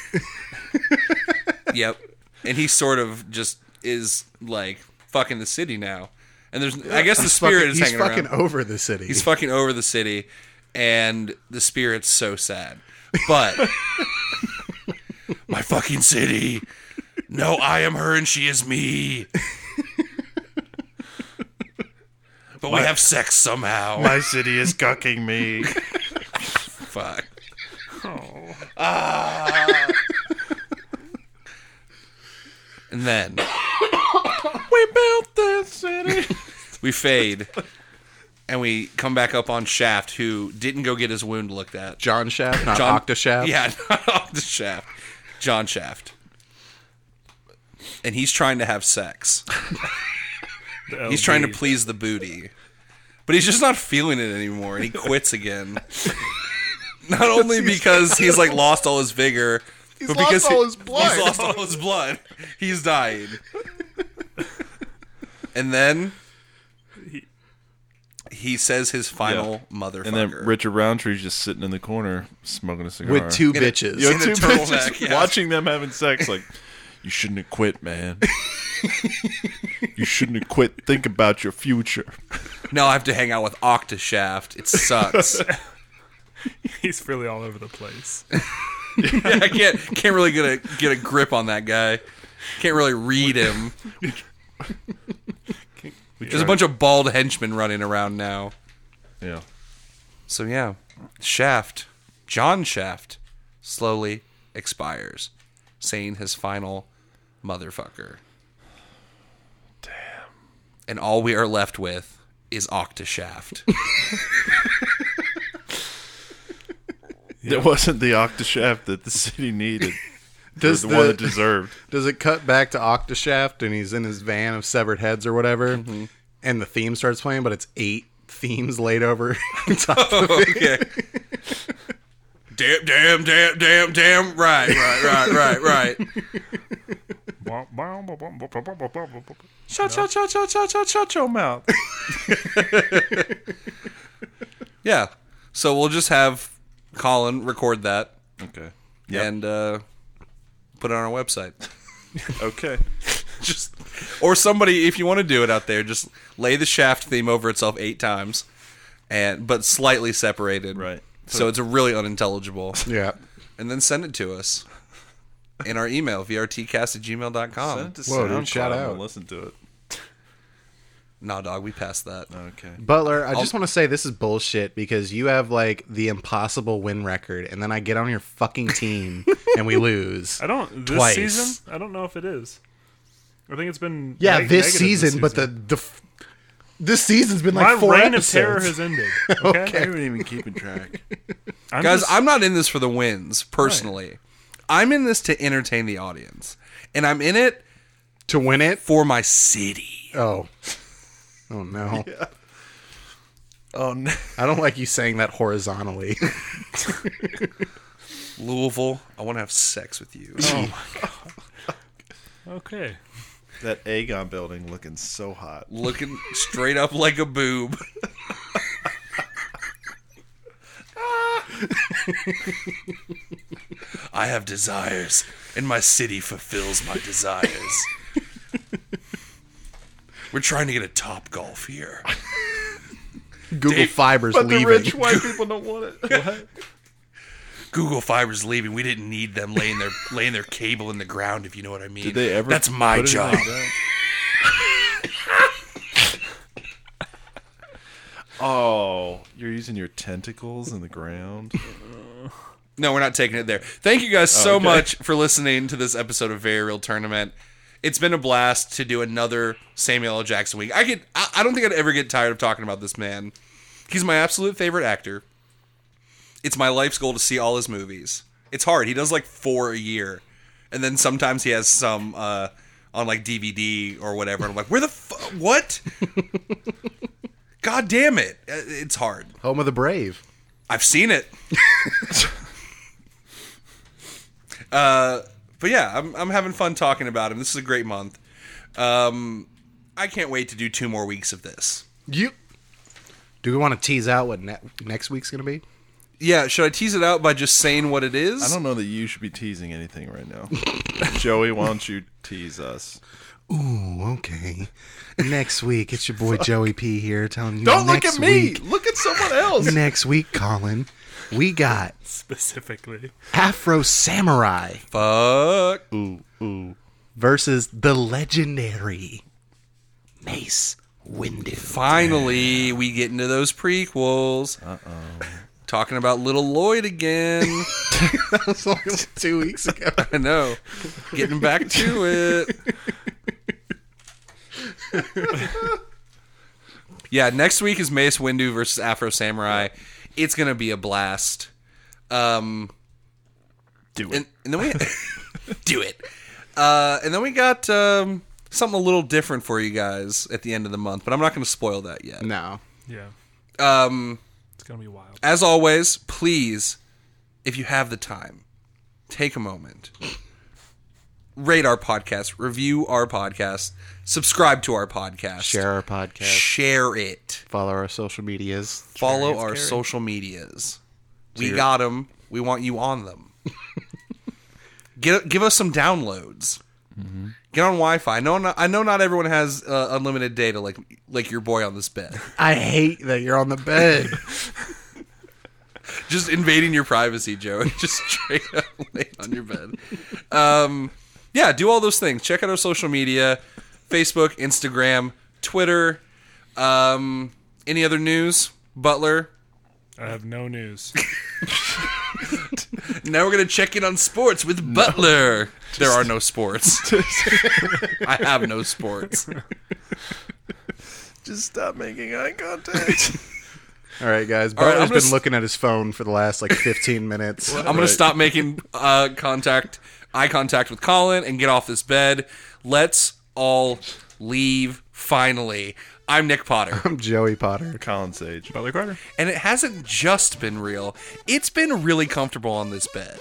Speaker 1: Yep. And he sort of just is like fucking the city now. And there's, I guess, the
Speaker 2: Fucking-
Speaker 1: spirit is
Speaker 2: he's
Speaker 1: hanging
Speaker 2: fucking
Speaker 1: around.
Speaker 2: over the city.
Speaker 1: He's fucking over the city, and the spirit's so sad. But my fucking city. No, I am her and she is me. But we have sex somehow.
Speaker 5: My city is cucking me.
Speaker 1: Fuck.
Speaker 3: Oh.
Speaker 1: Ah. and then
Speaker 3: We built this city.
Speaker 1: we fade, and we come back up on Shaft, who didn't go get his wound looked at.
Speaker 2: John Shaft, not
Speaker 1: John-
Speaker 2: Octoshaft.
Speaker 1: Yeah, not off the shaft. John Shaft. And he's trying to have sex. He's trying to please the booty. But he's just not feeling it anymore and he quits again. Not only because he's like lost all his vigor, but
Speaker 2: lost
Speaker 1: because he-
Speaker 2: all his blood.
Speaker 1: he's lost all his blood. He's dying. And then he says his final motherfucker.
Speaker 3: And then Richard Roundtree's just sitting in the corner smoking a cigar
Speaker 2: with two
Speaker 1: In a-
Speaker 2: bitches.
Speaker 3: You know,
Speaker 1: in a
Speaker 3: two
Speaker 1: turtleneck,
Speaker 3: bitches
Speaker 1: yeah.
Speaker 3: watching them having sex. Like, you shouldn't have quit, man. you shouldn't have quit. Think about your future.
Speaker 1: now I have to hang out with Octashaft. It sucks.
Speaker 4: He's really all over the place.
Speaker 1: I can't can't really get a get a grip on that guy. Can't really read him. There's a bunch of bald henchmen running around now.
Speaker 3: Yeah.
Speaker 1: So yeah, Shaft, John Shaft, slowly expires, saying his final motherfucker. Damn. And all we are left with is Octashaft.
Speaker 3: That wasn't the Octoshaft that the city needed.
Speaker 2: Does
Speaker 3: the, one
Speaker 2: the-
Speaker 3: it deserved.
Speaker 2: Does it cut back to Octoshaft and he's in his van of severed heads or whatever,
Speaker 1: Mm-hmm.
Speaker 2: and the theme starts playing, but it's eight themes laid over top of it.
Speaker 1: okay. Damn, damn, damn, damn, damn. Right, right, right, right, right.
Speaker 5: Shut, shut, shut, shut, shut, shut, shut your mouth.
Speaker 1: Yeah. So we'll just have Colin record that
Speaker 3: Okay.
Speaker 1: and uh, put it on our website.
Speaker 3: Okay.
Speaker 1: just or somebody, if you want to do it out there, just lay the shaft theme over itself eight times, and but slightly separated.
Speaker 3: Right.
Speaker 1: So it's really unintelligible.
Speaker 2: Yeah.
Speaker 1: and then send it to us in our email vrtcast at gmail.com.
Speaker 3: Send it to
Speaker 2: Whoa, dude,
Speaker 3: SoundCloud
Speaker 2: shout
Speaker 3: and
Speaker 2: out.
Speaker 3: we'll Listen to it.
Speaker 1: nah, dog, we passed that.
Speaker 3: Okay.
Speaker 2: Butler, I just want to say this is bullshit because you have like the impossible win record, and then I get on your fucking team and we lose.
Speaker 4: I don't this
Speaker 2: Twice.
Speaker 4: season. I don't know if it is. I think it's been
Speaker 2: Yeah,
Speaker 4: neg-
Speaker 2: this,
Speaker 4: negative
Speaker 2: season, but the the f- this season's been like
Speaker 4: my
Speaker 2: four
Speaker 4: reign
Speaker 2: episodes.
Speaker 4: of terror has ended. Okay,
Speaker 3: I haven't even keeping track.
Speaker 4: I'm
Speaker 1: Guys,
Speaker 4: just-
Speaker 1: I'm not in this for the wins personally. I'm in this to entertain the audience, and I'm in it
Speaker 2: to win it.
Speaker 1: for my city.
Speaker 2: Oh, oh no!
Speaker 5: Oh, no.
Speaker 2: I don't like you saying that horizontally.
Speaker 1: Louisville, I want to have sex with you.
Speaker 4: okay.
Speaker 3: that Aegon building looking so hot.
Speaker 1: Looking straight up like a boob. I have desires, and my city fulfills my desires. We're trying to get a top golf here.
Speaker 2: Google Fiber's
Speaker 3: But the
Speaker 2: leaving.
Speaker 3: rich white people don't want it. What?
Speaker 1: Google Fiber's leaving. We didn't need them laying their laying their cable in the ground, if you know what I mean.
Speaker 3: Did they ever?
Speaker 1: That's my
Speaker 3: put anything
Speaker 1: job.
Speaker 3: down? oh, you're using your tentacles in the ground.
Speaker 1: No, we're not taking it there. Thank you guys so
Speaker 3: okay.
Speaker 1: much for listening to this episode of Very Real Tournament. It's been a blast to do another Samuel L. Jackson week. I could I, I don't think I'd ever get tired of talking about this man. He's my absolute favorite actor. It's my life's goal to see all his movies. It's hard. He does like 4 a year. And then sometimes he has some uh on like DVD or whatever and I'm like, "Where the fu- what?" God damn it. Uh, It's hard.
Speaker 2: Home of the brave.
Speaker 1: I've seen it. uh, but yeah, I'm, I'm having fun talking about him. This is a great month. Um, I can't wait to do two more weeks of this.
Speaker 2: You. Do we want to tease out what ne- next week's going to be?
Speaker 1: Yeah, should I tease it out by just saying what it is?
Speaker 3: I don't know that you should be teasing anything right now. Joey, why don't you tease us.
Speaker 2: Ooh, okay. Next week, it's your boy Joey P here telling you.
Speaker 3: Don't look
Speaker 2: next
Speaker 3: at me.
Speaker 2: week-
Speaker 3: Look at someone else.
Speaker 2: next week, Colin, we got
Speaker 4: specifically.
Speaker 2: Afro Samurai
Speaker 1: Fuck.
Speaker 2: versus the legendary Mace Windu.
Speaker 1: Finally, we get into those prequels. Uh oh. Talking about little Lloyd again.
Speaker 2: that was only two weeks ago.
Speaker 1: I know. Getting back to it. yeah, next week is Mace Windu versus Afro Samurai. It's gonna be a blast. Um,
Speaker 3: Do it.
Speaker 1: and, and then we do it. Uh, and then we got um, something a little different for you guys at the end of the month, but I'm not gonna spoil that yet.
Speaker 2: No.
Speaker 4: Yeah.
Speaker 1: Um,
Speaker 4: It's going to be wild.
Speaker 1: as always, please, if you have the time, take a moment, rate our podcast, review our podcast, subscribe to our podcast,
Speaker 2: Share our podcast.
Speaker 1: share it,
Speaker 2: Follow our social medias.
Speaker 1: follow our social medias. We got 'em. got them. We want you on them. Get, give us some downloads. Get on Wi-Fi. I know, not, I know not everyone has uh, unlimited data like like your boy on this bed.
Speaker 2: I hate that you're on the bed.
Speaker 1: just invading your privacy, Joe, and just straight up laying on your bed. Um, yeah, do all those things. Check out our social media: Facebook, Instagram, Twitter. Um, any other news, Butler?
Speaker 4: I have no news.
Speaker 1: Now we're gonna check in on sports with Butler. there are no sports. I have no sports.
Speaker 3: Just stop making eye contact.
Speaker 2: All right, guys.
Speaker 1: right,
Speaker 2: Butler's
Speaker 1: I'm
Speaker 2: been
Speaker 1: gonna s-
Speaker 2: looking at his phone for the last like 15 minutes.
Speaker 1: I'm gonna stop making uh, contact, eye contact with Colin, and get off this bed. Let's all leave. Finally, I'm Nick Potter.
Speaker 2: I'm Joey Potter.
Speaker 3: Colin Sage.
Speaker 4: Butler Carter.
Speaker 1: and it hasn't just been real, it's been really comfortable on this bed.